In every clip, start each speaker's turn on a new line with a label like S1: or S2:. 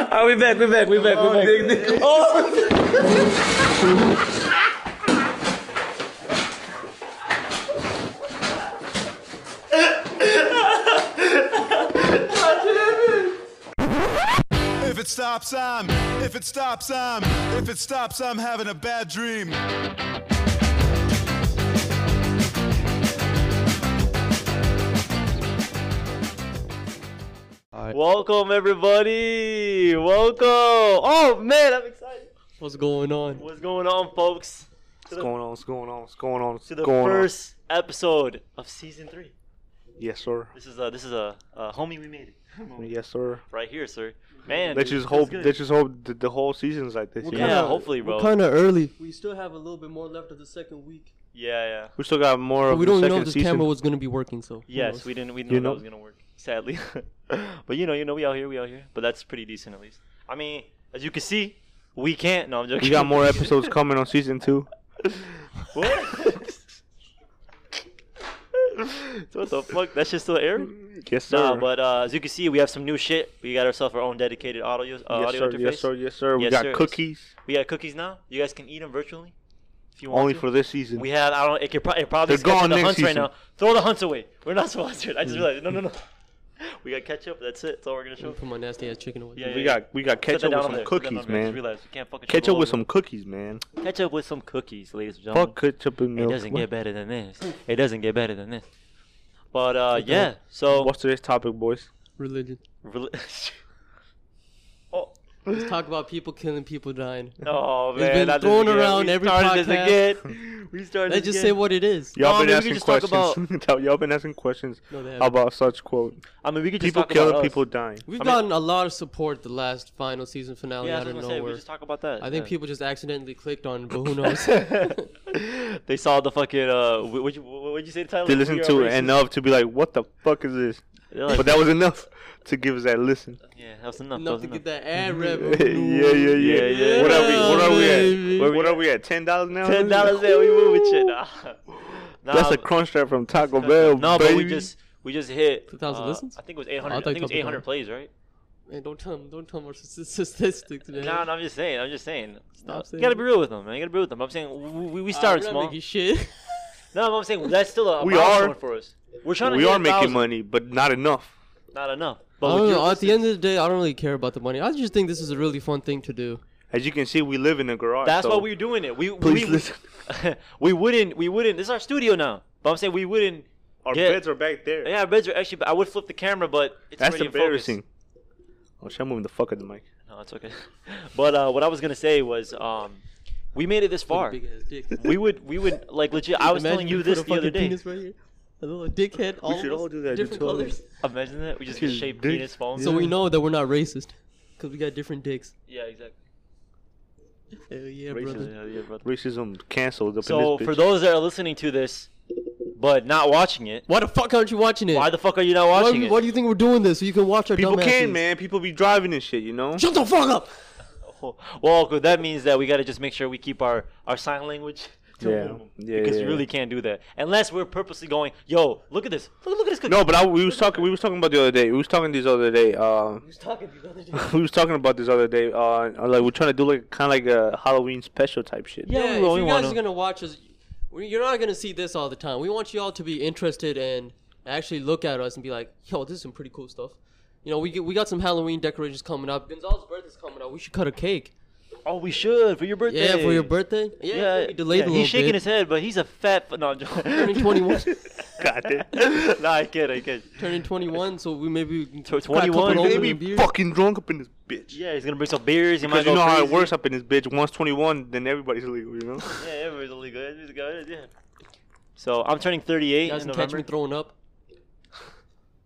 S1: Oh, we back, we back, we back, we back.
S2: If it stops, I'm. If it stops, I'm. If it stops, I'm having a bad dream.
S3: Welcome, everybody. Welcome. Oh, man, I'm excited.
S4: What's going on?
S3: What's going on, folks?
S1: What's going on? What's going on? What's going on? What's
S3: To the
S1: going
S3: first episode of season three.
S1: on? Yes, sir.
S3: This is a this is a, a homie we made it
S1: Yes, sir.
S3: right here, sir. Man,
S1: Let's
S3: dude,
S1: just hope.
S3: feels good.
S1: Let's just hope the, the whole season's like this.
S4: What
S1: you
S3: yeah,
S1: know?
S4: kinda-
S3: hopefully, bro.
S4: We're kind of early. We still have a little bit more left of the second week.
S3: yeah, yeah.
S1: We still got more
S4: But
S1: of
S4: we
S1: the
S4: don't even know
S1: second
S4: if this
S1: season.
S4: camera was gonna be working. So who
S3: Yes,
S4: knows?
S3: we didn't we didn't
S1: You
S3: know,
S1: know-
S3: that was gonna work. Sadly, but you know, you know, we out here, we out here. But that's pretty decent at least. I mean, as you can see, we can't. No, I'm joking.
S1: we got more episodes coming on season two.
S3: what? what the fuck? That shit still airing?
S1: Yes, sir.
S3: Nah, but uh, as you can see, we have some new shit. We got ourselves our own dedicated audio uh,
S1: yes,
S3: audio
S1: sir.
S3: interface.
S1: Yes, sir. Yes, sir. We
S3: Yes,
S1: got
S3: sir.
S1: cookies
S3: We got cookies now. You guys can eat them virtually, if you want.
S1: only
S3: to.
S1: for this season.
S3: We have. I don't. It could pro- it probably
S1: They're
S3: is catching
S1: gone
S3: the
S1: next
S3: hunts right
S1: season. Mm.
S3: now. Throw the hunts away. We're not sponsored. I just realized. No, no, no. We got ketchup. That's it. That's all we're gonna
S4: Let
S3: show.
S4: me Put my nasty ass chicken away.
S3: Yeah, yeah,
S1: we
S3: yeah.
S1: got we got
S3: Set that
S1: ketchup
S3: down on
S1: with some
S3: there. Set that down
S1: cookies,
S3: on there. I just
S1: man.
S3: realized we can't fucking show
S1: Ketchup
S3: all
S1: with
S3: of
S1: some cookies, man.
S3: it. ketchup with some cookies, ladies and gentlemen.
S1: Fuck ketchup and
S3: It
S1: milk.
S3: doesn't
S1: What-
S3: get better than this. It doesn't get better than this. But uh, yeah. So
S1: What's today's topic, boys?
S4: Religion.
S3: Rel- oh,
S4: Let's talk about people killing, people dying.
S3: oh man,
S4: It's been
S3: not this
S4: thrown
S3: again.
S4: around
S3: We
S4: every
S3: started
S4: podcast.
S3: This again. We started.
S4: Let's
S3: this
S4: just say
S3: again.
S4: what it is.
S1: Y'all
S3: No,
S1: been
S3: maybe we
S1: asking
S3: just talk about-
S1: questions. Y'all been asking questions
S4: No, they haven't.
S1: about such quote.
S3: I mean, we could just
S1: People
S3: talk about
S1: killing,
S3: us.
S1: people dying.
S4: We've
S3: I mean-
S4: gotten a lot of support the last final season finale
S3: Yeah, I
S4: out
S3: was
S4: of
S3: gonna say we
S4: nowhere.
S3: just talk about that.
S4: I think
S3: yeah.
S4: people just accidentally clicked on, it, but who knows?
S3: they saw the fucking uh. wh- What'd you, wh- what'd you say the title?
S1: They
S3: is?
S1: listened
S3: We
S1: to
S3: Are
S1: it
S3: Racist.
S1: enough to be like, "What the fuck is this?"
S3: They're like,
S1: But that was enough to give us that listen.
S3: yeah, that was enough.
S4: Enough to
S3: that was
S4: get that ad
S1: yeah,
S4: revenue.
S1: yeah, yeah,
S3: yeah.
S1: What are we? What are we
S4: Baby.
S1: at? Where- what are we at? Ten dollars now.
S3: Ten dollars there, we moving shit. Nah. Nah,
S1: That's a
S3: but-
S1: crunch trap from Taco Bell.
S3: No,
S1: baby.
S3: but we just we just hit
S4: 2,000
S3: uh,
S4: listens?
S3: I think it was
S4: Oh,
S3: eight
S4: I
S3: hundred. I
S4: thought
S3: think it was
S4: couple
S3: eight hundred
S4: thousand.
S3: plays, right?
S4: Man, don't tell them. Don't tell them our statistics today.
S3: No, no, I'm just saying. I'm just saying.
S4: Stop
S3: Uh,
S4: saying
S3: You gotta
S4: it.
S3: be real with them, man. You gotta be real with them. I'm saying we, we
S1: Ah,
S3: started
S4: I'm not
S3: small.
S4: making shit.
S3: No, but I'm saying that's still a
S1: We
S3: milestone
S1: are.
S3: for us. We're trying to.
S1: we
S3: hit
S1: are
S3: a
S1: making
S3: thousand.
S1: money, but not enough.
S3: Not enough.
S4: I
S3: But
S4: don't
S3: with
S4: know.
S3: your
S4: At the end of the day, I don't really care about the money. I just think this is a really fun thing to do.
S1: As you can see, we live in a garage.
S3: That's
S1: so
S3: why we're doing it. We
S1: Please
S3: we,
S1: listen.
S3: we wouldn't. We wouldn't. This is our studio now. But I'm saying we wouldn't.
S1: Our
S3: Yeah.
S1: beds are back there.
S3: Yeah, our beds are actually. I would flip the camera, but it's
S1: That's
S3: already in
S1: embarrassing. Oh, shit, I'm moving the fuck out of the mic.
S3: Focus. No, it's okay. but uh, what I was gonna say was, um, we made it this far.
S4: Big ass dick.
S3: We would. We would like legit. I was
S4: Imagine
S3: telling you
S4: put
S3: this
S4: a
S3: the other
S4: fucking
S3: day.
S4: penis right here. A little dickhead. All
S1: should
S4: of us,
S1: all do that,
S4: Different
S1: dude, totally.
S4: colors.
S3: Imagine that. We just
S1: Dude,
S3: shape
S1: dude.
S3: penis phones.
S4: So we know that we're not racist, cause we got different dicks.
S3: Yeah, exactly.
S4: Hell yeah,
S1: Racist.
S4: brother.
S3: Yeah, yeah, brother.
S1: Racism canceled up
S3: So
S1: in this bitch.
S3: for those that are listening to this, but not watching it,
S4: Why the fuck aren't you watching it?
S3: why the fuck are you not
S4: Why-
S3: watching
S4: why
S3: it?
S4: do you think we're doing this? So you can watch our
S1: People
S4: dumb
S1: can,
S4: asses.
S1: man. People be driving and shit, you know?
S4: Shut the fuck up.
S3: Well, 'cause that means that we gotta just make sure we keep our our sign language. To a
S1: Yeah.
S3: minimum,
S1: Yeah,
S3: because
S1: yeah,
S3: you
S1: yeah.
S3: really can't do that unless we're purposely going. Yo, look at this. Look, look at this cookie.
S1: No, but I, we was talking. We was talking about the other day. We was talking this other day. Uh,
S3: Who's talking to you the other day?
S1: we was talking about this other day. Uh, like we're trying to do like kind of like a Halloween special type shit.
S3: Yeah,
S4: Yeah,
S3: we
S4: if
S3: only
S4: you guys
S3: wanna-
S4: are gonna watch us, we- you're not gonna see this all the time. We want you all to be interested and actually look at us and be like, "Yo, this is some pretty cool stuff." You know, we get, we got some Halloween decorations coming up. Gonzalo's birthday's coming up. We should cut a cake.
S3: Oh, we should for your birthday.
S4: Yeah, for your birthday. Yeah,
S3: Yeah,
S4: we delayed
S3: yeah,
S4: a little
S3: he's shaking
S4: bit.
S3: his head, but he's a fat. F- no, I'm
S4: turning
S3: joking.
S4: 21,
S1: God damn.
S3: nah, I kid, I kid.
S4: turning 21. So we maybe we
S3: Tw-
S4: crack a couple
S3: 21,
S4: open
S1: They
S3: Opening
S1: be
S4: beers.
S1: fucking drunk up in this bitch.
S3: Yeah, he's gonna bring some beers. He might
S1: Because
S3: go
S1: you know how it
S3: crazy.
S1: works up in this bitch. Once 21, then everybody's legal, you know?
S3: Yeah, everybody's illegal. Everybody's got it, yeah. So I'm turning 38
S4: You guys
S3: in
S4: can catch
S3: November.
S4: me throwing up.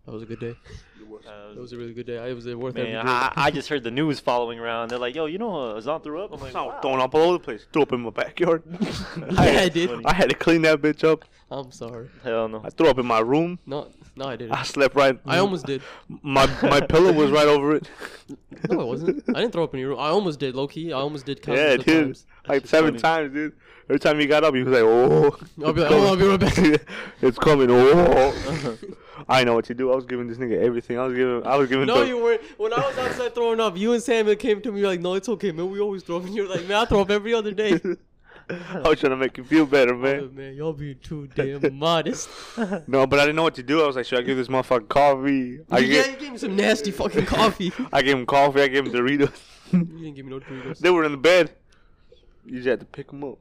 S4: That was a good day.
S3: Uh,
S4: That was a really good day. I was worth every
S3: Man,
S4: day.
S3: I, I just heard the news following around. They're like, "Yo, you know, uh, Azan threw up." I'm like,
S1: I was
S3: wow.
S1: throwing up all over the place. Threw up in my backyard.
S4: Yeah, I did.
S1: I had to clean that bitch up.
S4: I'm sorry.
S3: "Hell no."
S1: I threw up in my room.
S4: No, no, I didn't.
S1: I slept right.
S4: I almost did.
S1: My my pillow was right over it.
S4: No, I wasn't. I didn't throw up in your room. I almost did, low key. I almost did.
S1: Yeah,
S4: countless of
S1: dude.
S4: times.
S1: Like seven times, dude. Every time he got up, he was like, "Oh."
S4: I'll be like, oh, I'll be right back.
S1: it's coming. Oh. I know what to do. I was giving this nigga everything. I was giving. I was giving.
S4: No,
S1: the-
S4: you weren't. When I was outside throwing up, you and Samuel came to me like, "No, it's okay, man. We always throw up." And you're like, "Man, I throw up every other day."
S1: I was trying to make you feel better,
S4: Look,
S1: man.
S4: man, y'all being too damn modest.
S1: No, but I didn't know what to do. I was like, should I give this motherfucker coffee? I
S4: yeah,
S1: gave,
S4: you gave me some nasty fucking coffee.
S1: I gave him coffee. I gave him Doritos.
S4: you didn't give me no Doritos.
S1: they were in the bed. You just had to pick them up.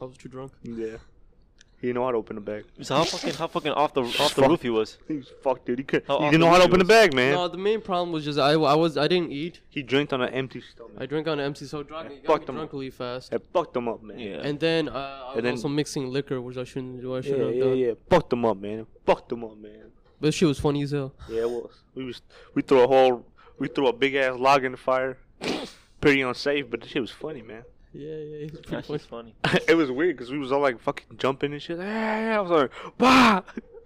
S4: I was too drunk.
S1: Yeah. He didn't know how to open the bag.
S3: So how fucking how fucking off the off the roof he was.
S1: He was fucked, dude. He could.
S3: How
S1: not he
S3: off
S1: didn't
S3: the
S1: know how to
S3: roof he
S1: open the
S3: was?
S1: bag, man.
S4: No, the main problem was just I, I was I didn't eat.
S1: He drank on an empty stomach.
S4: I drank on empty, so drunk. It got me
S1: fucked him
S4: drunk
S1: up.
S4: really fast.
S1: That fucked him up, man.
S3: Yeah.
S4: And then uh, I was
S1: then-
S4: also mixing liquor, which I shouldn't do. I should
S1: Yeah,
S4: have
S1: yeah,
S4: done.
S1: yeah. Fucked him up, man. Fucked him up, man.
S4: But she was funny as hell.
S1: Yeah, it was. We was we threw a whole we threw a big ass log in the fire. Pretty unsafe, but the shit was funny, man.
S4: Yeah, yeah, it was pretty
S3: That's
S4: funny.
S3: just funny.
S1: it was weird because we was all like fucking jumping and shit. I was like, bah,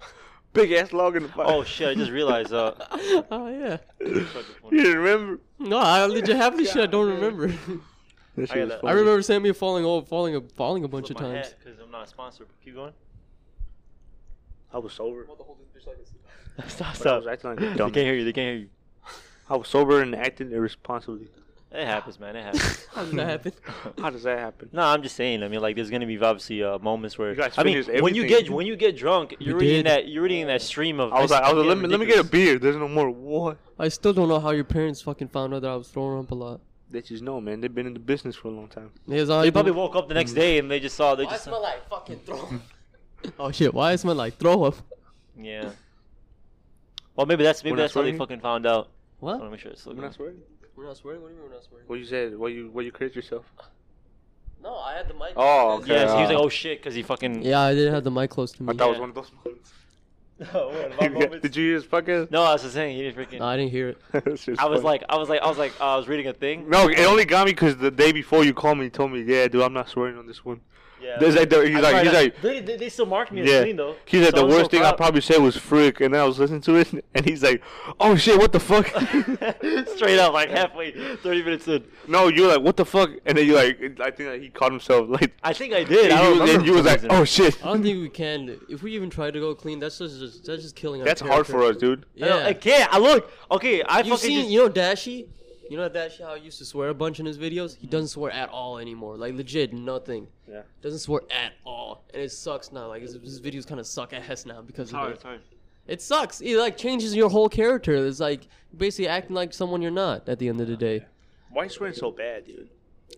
S1: big ass log in the fire.
S3: Oh shit! I just realized. Uh,
S4: Oh yeah.
S1: you didn't remember?
S4: No, I legit have this shit. I don't remember.
S1: That
S3: gotta-
S1: shit was
S3: I
S1: funny.
S4: I remember Samuel falling over, falling, a- falling a bunch of
S3: my
S4: times.
S3: hat because I'm not sponsored. Keep going.
S1: I was sober.
S3: stop!
S1: But I
S3: Stop!
S1: was acting like
S3: they
S1: a
S3: can't
S1: dummy.
S3: hear you. They can't hear you.
S1: I was sober and acting irresponsibly.
S3: It happens, man. It happens.
S4: How did that happen?
S1: How does that happen?
S3: no, I'm just saying. I mean, like, there's gonna be obviously uh, moments where
S1: guys
S3: I mean,
S1: finished
S3: when you
S1: everything.
S3: get when you get drunk, you're already in
S4: did.
S3: that you're already in that stream of.
S1: I was
S3: this
S1: like, I
S3: is
S1: was like, let
S3: getting
S1: me let me get a
S3: ridiculous.
S1: beer. There's no more. What?
S4: I still don't know how your parents fucking found out that I was throwing up a lot.
S1: They just know, man. They've been in the business for a long time.
S4: Yes, I
S3: They
S4: do-
S3: probably woke up the next day and they just saw. They just saw,
S4: like fucking throw up? oh shit, why I smell like throw up?
S3: yeah. Well, maybe that's maybe
S1: We're not
S3: that's how they
S1: swearing?
S3: fucking found out. I want to
S4: What?
S3: make sure it's still
S1: When I
S3: going.
S1: swear,
S4: We're not swearing? What do you mean we're not swearing?
S1: what you said, what you what you create yourself.
S4: No, I had the mic.
S1: Oh, okay.
S3: Yeah, so he was
S1: Uh,
S3: like, oh shit, because he fucking.
S4: Yeah, I did have the mic close to me.
S1: I thought it was
S3: Yeah.
S1: one of those moments.
S3: Oh, what, my moments?
S1: Did you hear his podcast?
S3: No, I was just saying he didn't freaking.
S4: no, I didn't hear it.
S3: I was like, I was like, I was like, uh, I was reading a thing.
S1: no, it only got me because the day before you called me, and told me, yeah, dude, I'm not swearing on this one.
S3: Yeah.
S1: There's like, the, he's
S3: I
S1: like, he's
S3: tried-
S1: like,
S3: they, they, they still marked me as
S1: yeah.
S3: clean though.
S1: He said
S3: So
S1: the
S3: I'm so
S1: worst thing I
S3: proud.
S1: probably said was frick, and then I was listening to it, and he's like, "Oh shit, what the fuck?"
S3: Straight up, like halfway, 30 minutes in.
S1: no, you're like, "What the fuck?" And then you like, I think like, he caught himself like,
S3: I think I did. I
S1: you-
S3: don't remember.
S1: and you
S3: for
S1: was
S3: some
S1: like,
S3: reason.
S1: "Oh shit."
S4: I don't think we can. If we even try to go clean, that's just, just that's just killing.
S1: That's
S4: our
S1: hard for
S4: character.
S1: us, dude.
S3: I don't-
S4: Yeah.
S3: I can't. I look. Okay, I
S4: You
S3: fucking
S4: seen,
S3: just.
S4: you know, Dashi. You know Dashi how he used to swear a bunch in his videos. He doesn't swear at all anymore. Like legit, nothing.
S1: Yeah.
S4: Doesn't swear at all, and it sucks now. Like his, his videos kind of suck ass now because of it. It sucks. It like changes your whole character. It's like basically acting like someone you're not at the end of the day.
S1: Why swearing so bad, dude?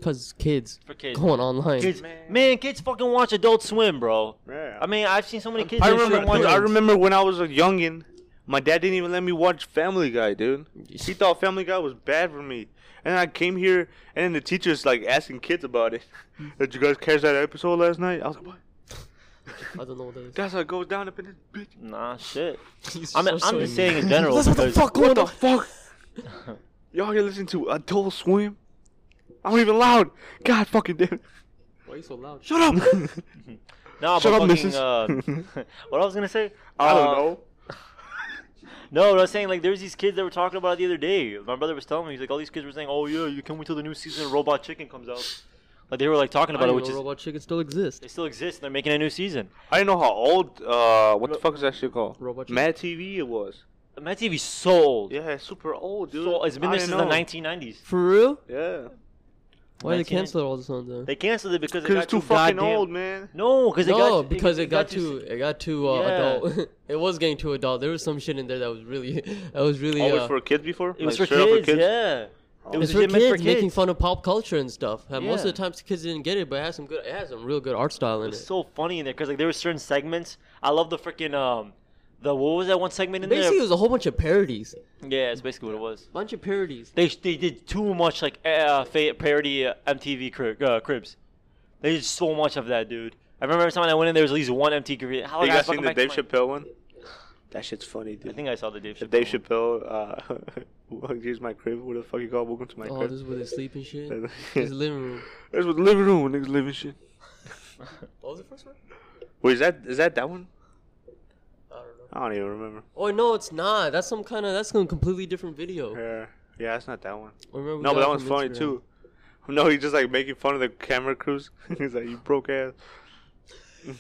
S4: Cause kids
S3: For kids.
S4: going online.
S3: Kids, man, kids fucking watch Adult Swim, bro.
S1: Yeah.
S3: I mean, I've seen so many kids.
S1: I
S3: that shit
S1: remember.
S3: watch-
S1: dude, I remember when I was a youngin, my dad didn't even let me watch Family Guy, dude. He thought Family Guy was bad for me, and I came here, and then the teacher's like asking kids about it.
S3: Mm.
S1: Did you guys catch that episode last night? I was like, what?
S4: I don't know what that
S1: That's how it goes down up in this bitch.
S3: Nah, shit.
S4: is.
S3: I mean, I'm just saying in general
S4: That's what the
S3: because
S4: fuck going
S1: What the
S4: on.
S1: fuck? Y'all here listening to Adult Swim? I'm even loud. God fucking damn. it.
S4: Why are you so loud?
S1: Shut up.
S3: nah,
S1: Shut
S3: but
S1: up,
S3: fucking,
S1: missus.
S3: uh, what I was gonna say?
S1: I don't
S3: Uh,
S1: know.
S3: No, what I was saying like there's these kids that were talking about it the other day. My brother was telling me he's like all these kids were saying, "Oh yeah, you can wait till the new season of Robot Chicken comes out." Like they were like talking
S4: I
S3: about it,
S4: didn't
S3: which
S4: know
S3: is
S4: robot chicken still exists.
S3: they still exist and they're making a new season.
S1: I didn't know how old. Uh, what the fuck is that shit called?
S4: Robot Chicken.
S1: Mad TV. It was.
S3: Mad TV's so old.
S1: Yeah, it's super old, dude.
S3: So it's been
S1: I
S3: there since
S1: know.
S3: the 1990s.
S4: For real?
S1: Yeah.
S4: Why did they
S3: 19.
S4: cancel all this on there?
S3: They canceled it because it
S1: Because
S3: got
S1: it's too fucking
S3: goddamn-
S1: old, man.
S3: No, because it
S4: No,
S3: got
S4: because it got
S3: too-
S4: too it got too uh,
S3: Yeah.
S4: adult. it was getting too adult. There was some shit in there that was really that was really
S1: Always
S4: uh,
S1: for kids before?
S3: It was
S1: Like,
S3: for
S1: straight up
S3: kids, yeah. It was
S4: it's for
S3: legit
S4: kids,
S3: meant for
S4: making
S3: kids.
S4: fun of pop culture and stuff. And Most of
S3: Yeah.
S4: the times the kids didn't get it, but it has some good it has some real good art style in it.
S3: It's so funny in there because like there were certain segments. I love the freaking um, the what was that one segment in
S4: Basically, it was a whole bunch of parodies.
S3: there? Yeah, it's basically what it was.
S4: Bunch of parodies.
S3: They they did too much like uh, fa- parody uh, MTV cri- uh, Cribs. They did so much of that, dude. I remember every time I went in, there was at least one MTV. Crib. How
S1: You
S3: like, I
S1: guys
S3: Oh, fucking
S1: seen the
S3: back to
S1: Dave
S3: my-
S1: Chappelle one? That shit's funny, dude.
S3: I think I saw the Dave
S1: The
S3: Chappelle.
S1: Dave
S3: one.
S1: Chappelle, uh, well, here's my crib. What the fuck you call? Welcome to my
S4: Oh, this
S1: crib. This
S4: is where they sleep and shit. This living room.
S1: That's what the living room, niggas living shit.
S4: What was the first one?
S1: Wait, is that is that that one?
S4: I don't know.
S1: I don't even remember.
S4: Oh no, it's not. That's some kind of that's some completely different video.
S1: Yeah, yeah, that's not that one.
S4: Remember we
S1: No,
S4: got Oh.
S1: but
S4: it
S1: that one's
S4: from
S1: funny
S4: Instagram.
S1: too. No, he's just like making fun of the camera crews. he's like, you broke ass.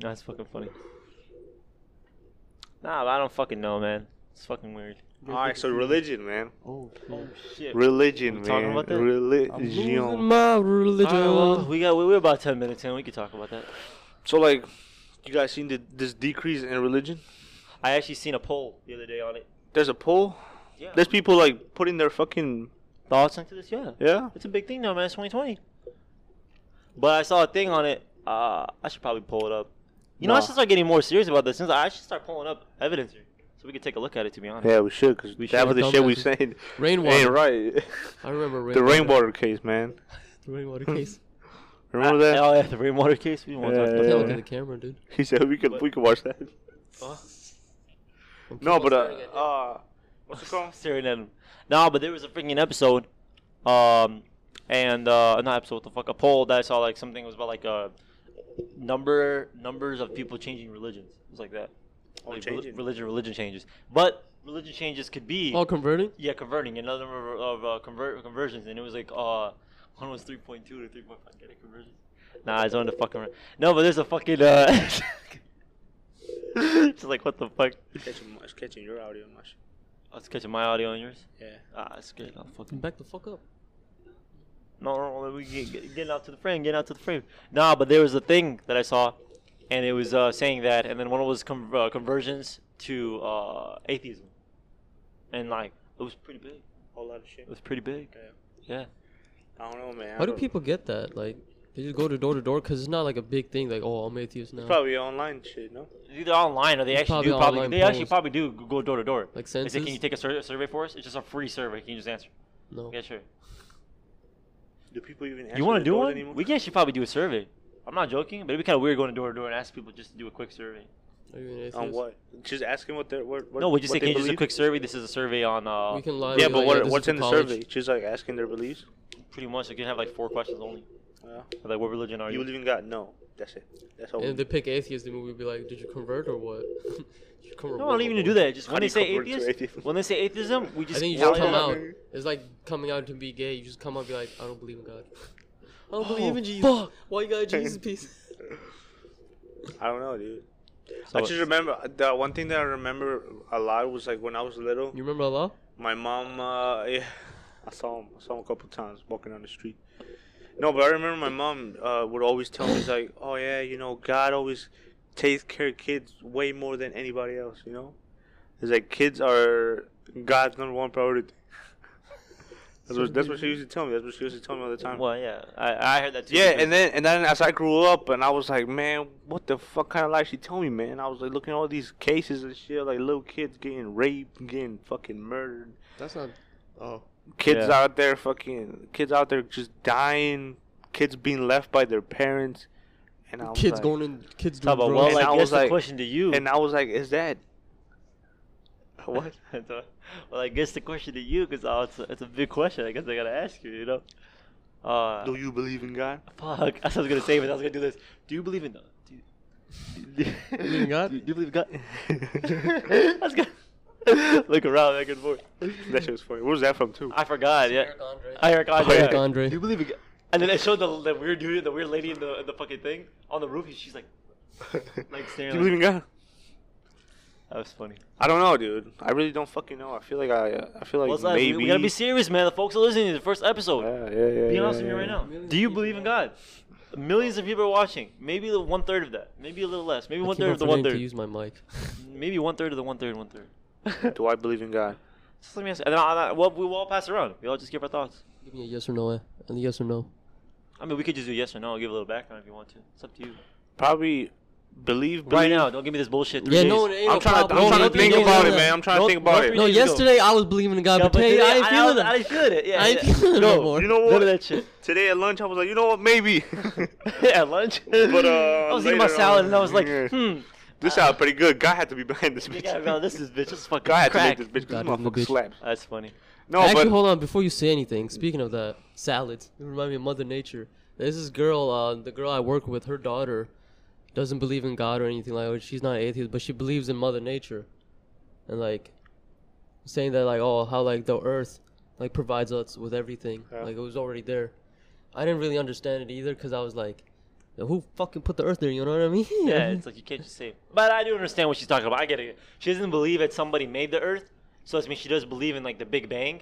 S3: That's fucking funny. Nah, I don't fucking know, man. It's fucking weird.
S1: All right, so religion, man.
S4: Oh,
S3: Shit.
S1: Religion,
S3: we talking
S1: man.
S3: about that?
S1: Religion.
S4: my religion.
S3: we got we- we're about ten minutes in. We could talk about that.
S1: So like, you guys seen the, this decrease in religion?
S3: I actually seen a poll the other day on it.
S1: There's a poll.
S3: Yeah.
S1: There's people like putting their fucking
S3: Thoughts into this? Yeah.
S1: yeah.
S3: It's a big thing now, man. It's 2020. But I saw a thing on it. Uh, I should probably pull it up. You know, I
S1: Nah.
S3: should start getting more serious about this since I should start pulling up evidence here so we can take a look at it. To be honest.
S1: Yeah, we should, cause
S4: We
S1: that
S4: should,
S1: was the
S4: dumb
S1: shit we
S4: asses.
S1: saying.
S4: Rainwater.
S1: Ain't right.
S4: I remember
S1: the
S4: rainwater.
S1: rainwater case, man.
S4: The rainwater case.
S1: Remember
S3: Uh,
S1: that?
S3: Oh yeah, the rainwater case. We want to talk
S1: Yeah,
S3: about
S4: Yeah,
S3: that.
S4: look
S1: yeah.
S4: at the camera, dude.
S1: He said we could we could watch that. No, but uh, uh what's it called?
S3: staring at him. No, but there was a freaking episode, um, and uh, not episode, what the fuck, a poll that I saw like something was about like uh, number numbers of people changing religions. It was like that.
S1: Oh,
S3: Like,
S1: changing.
S3: religion, religion changes, but religion changes could be
S4: All converting?
S3: yeah converting another number of uh, convert conversions, and it was like uh, one was three point two to three point five conversions. Nah, it's on the fucking no, but there's a fucking uh. It's like what the fuck?
S1: Catching, it's catching your audio, my shit.
S3: I was catching my audio on yours.
S1: Yeah.
S3: Ah, it's good. I'll fucking
S4: Back the fuck up.
S3: No, no, no, we get, get, getting out to the frame, getting out to the frame. Nah, but there was a thing that I saw, and it was uh, saying that, and then one was com- uh, conversions to uh, atheism, and like it was pretty big.
S1: Whole lot of shit.
S3: It was pretty big. Yeah.
S1: I don't know, man.
S4: Why do people get that? Like, they just go to door to door because it's not like a big thing. Like, oh, I'm atheist now.
S1: Probably online shit, no?
S3: It's either online or they
S4: It's
S3: actually
S4: probably
S3: do probably
S4: online
S3: they actually
S4: polls.
S3: probably do g- go door to door.
S4: Like
S3: They say,
S4: census?
S3: can you take a, sur- a survey for us? It's just a free survey. Can you just answer?
S4: no.
S3: Yeah, sure.
S1: Do people even?
S3: you want to do one? We can actually probably do a survey. I'm not joking, but it'd be kind of weird going door to door and asking people just to do a quick survey.
S4: Are you an atheist?
S1: On what? Just ask him what they're. What, what,
S3: no, we just say,
S1: what they
S3: can you just do a
S1: believe?
S3: quick survey? This is a survey on. Uh,
S4: We can lie.
S1: Yeah,
S4: be
S1: but
S4: like,
S1: what,
S4: yeah, this is
S1: what's
S4: for
S1: in the
S4: college.
S1: survey? Just like asking their beliefs.
S3: pretty much like you have like four questions only.
S1: Yeah.
S3: Like what religion are
S1: You
S3: you?
S1: believe in God? No. That's it. That's all.
S4: And
S1: we
S4: if they pick atheist, then we'd be like, did you convert or what? Did you convert
S3: No, I
S4: what?
S3: don't even do that. Just
S1: How
S3: when
S1: do
S3: they
S1: you
S3: say
S1: convert to
S3: atheist,
S1: atheism?
S3: when they say atheism, we
S4: I
S3: just
S4: think you
S3: tell
S4: just
S1: Yeah,
S4: come
S1: yeah,
S3: them-
S4: out.
S1: yeah.
S4: It's like coming out to be gay. You just come out and be like, I don't believe in God. I don't
S3: Oh,
S4: believe in Jesus.
S3: fuck.
S4: Why you got a Jesus piece?
S1: I don't know, dude.
S3: So
S1: I just remember the one thing that I remember a lot was like when I was little,
S4: You remember Allah?
S1: my mom. Uh, yeah, I saw him. I saw him a couple times walking down the street. No, but I remember my mom uh, would always tell me, it's like, "Oh yeah, you know, God always takes care of kids way more than anybody else." You know, it's like kids are God's number one priority. that's what that's what she used to tell me. That's what she used to tell me all the time.
S3: Well, yeah, I, I heard that too.
S1: Yeah,
S3: because-
S1: and then and then as I grew up, and I was like, man, what the fuck kind of life she told me, man? I was like looking at all these cases and shit, like little kids getting raped, getting fucking murdered,
S4: That's not. Oh.
S1: kids
S3: Yeah.
S1: out there fucking, kids out there just dying, kids being left by their parents, and I was
S4: Kids
S1: like,
S4: going in. Kids doing
S3: Talk about,
S4: drugs.
S3: well,
S1: And
S3: like,
S1: I
S3: guess
S1: was
S3: the
S1: like-
S3: question to you.
S1: and I was like, is that
S3: what? well, I guess the question to you because uh, it's, a, it's a big question. I guess I gotta ask you. You know. Uh,
S1: do you believe in God?
S3: fuck. I was gonna say, but I was gonna do this. Do you believe in the? Do you,
S4: Believe in God?
S3: Do you believe in God? I was gonna look around back and forth.
S1: that shit was funny. Where's that from too?
S3: I forgot. Yeah.
S4: Eric Andre.
S3: I Eric Andre.
S4: Eric Andre.
S3: Do you believe in God? And then I showed the, the weird dude, the weird lady in the in the fucking thing on the roof. and She's like, like
S1: do you
S3: staring.
S1: believe in
S3: like,
S1: God?
S3: that was funny.
S1: I don't know, dude. I really don't fucking know. I feel like I, I feel like
S3: What's that?
S1: maybe.
S3: We, we gotta be serious, man. The folks are listening to the first episode.
S1: Yeah, yeah, yeah,
S3: be
S1: yeah,
S3: honest with me
S1: yeah.
S3: right now.
S4: Millions
S3: Do you
S4: of
S3: believe in God? Millions of people are watching. Maybe the one third of that. Maybe a little less. Maybe
S4: I
S3: one
S4: keep
S3: third
S4: on
S3: of the
S4: forgetting
S3: one
S4: to
S3: third.
S4: use my mic.
S3: Maybe one third of the one third. One third.
S1: Do I believe in God?
S3: Just let me ask. And then I'll, I'll- well, we will all pass around. We all just give our thoughts.
S4: Give me a yes or no. eh? And a yes or no.
S3: I mean, we could just do yes or no. Give a little background if you want to. It's up to you.
S1: Probably believe, believe
S3: Right now, don't give me this bullshit. Three
S4: Yeah,
S3: days.
S4: no, it ain't
S1: I'm
S4: no
S1: trying to,
S4: problem.
S1: I'm
S4: No,
S1: trying to
S4: no,
S1: think
S4: no,
S1: about
S4: no,
S1: it,
S4: no.
S1: man. I'm trying
S3: No,
S1: to think about
S3: no,
S1: it.
S4: No,
S3: days ago.
S4: yesterday I was believing in God,
S3: Yeah,
S4: but today I ain't feeling
S3: I
S4: it.
S3: ain't feeling it. Yeah,
S4: I ain't
S3: yeah.
S4: feeling it no more.
S1: You know
S3: None
S1: what?
S3: of that shit.
S1: Today at lunch, I was like, you know what? Maybe.
S3: At lunch.
S1: But, uh,
S3: I was eating my
S1: later
S3: salad
S1: on-
S3: and I was like,
S1: Yeah.
S3: hmm.
S1: this sounded pretty good. God had to be behind this
S3: Yeah,
S1: bitch.
S3: no, this is bitch. This is fucking
S1: God had
S3: crack.
S1: to make this bitch. This
S4: God in the
S1: motherfucker
S4: bitch.
S1: slaps.
S3: That's funny.
S1: No,
S4: Actually,
S1: but
S4: hold on. Before you say anything, speaking of that salads, it reminded me of Mother Nature. There's this girl, uh, the girl I work with, her daughter doesn't believe in God or anything like that. She's not atheist, but she believes in Mother Nature, and like saying that like oh how like the Earth like provides us with everything, like it was already there. I didn't really understand it either because I was like, who fucking put the earth there? You know what I mean?
S3: Yeah, it's like you can't just say. But I do understand what she's talking about. I get it. She doesn't believe that somebody made the Earth, so it's mean she does believe in like the Big Bang,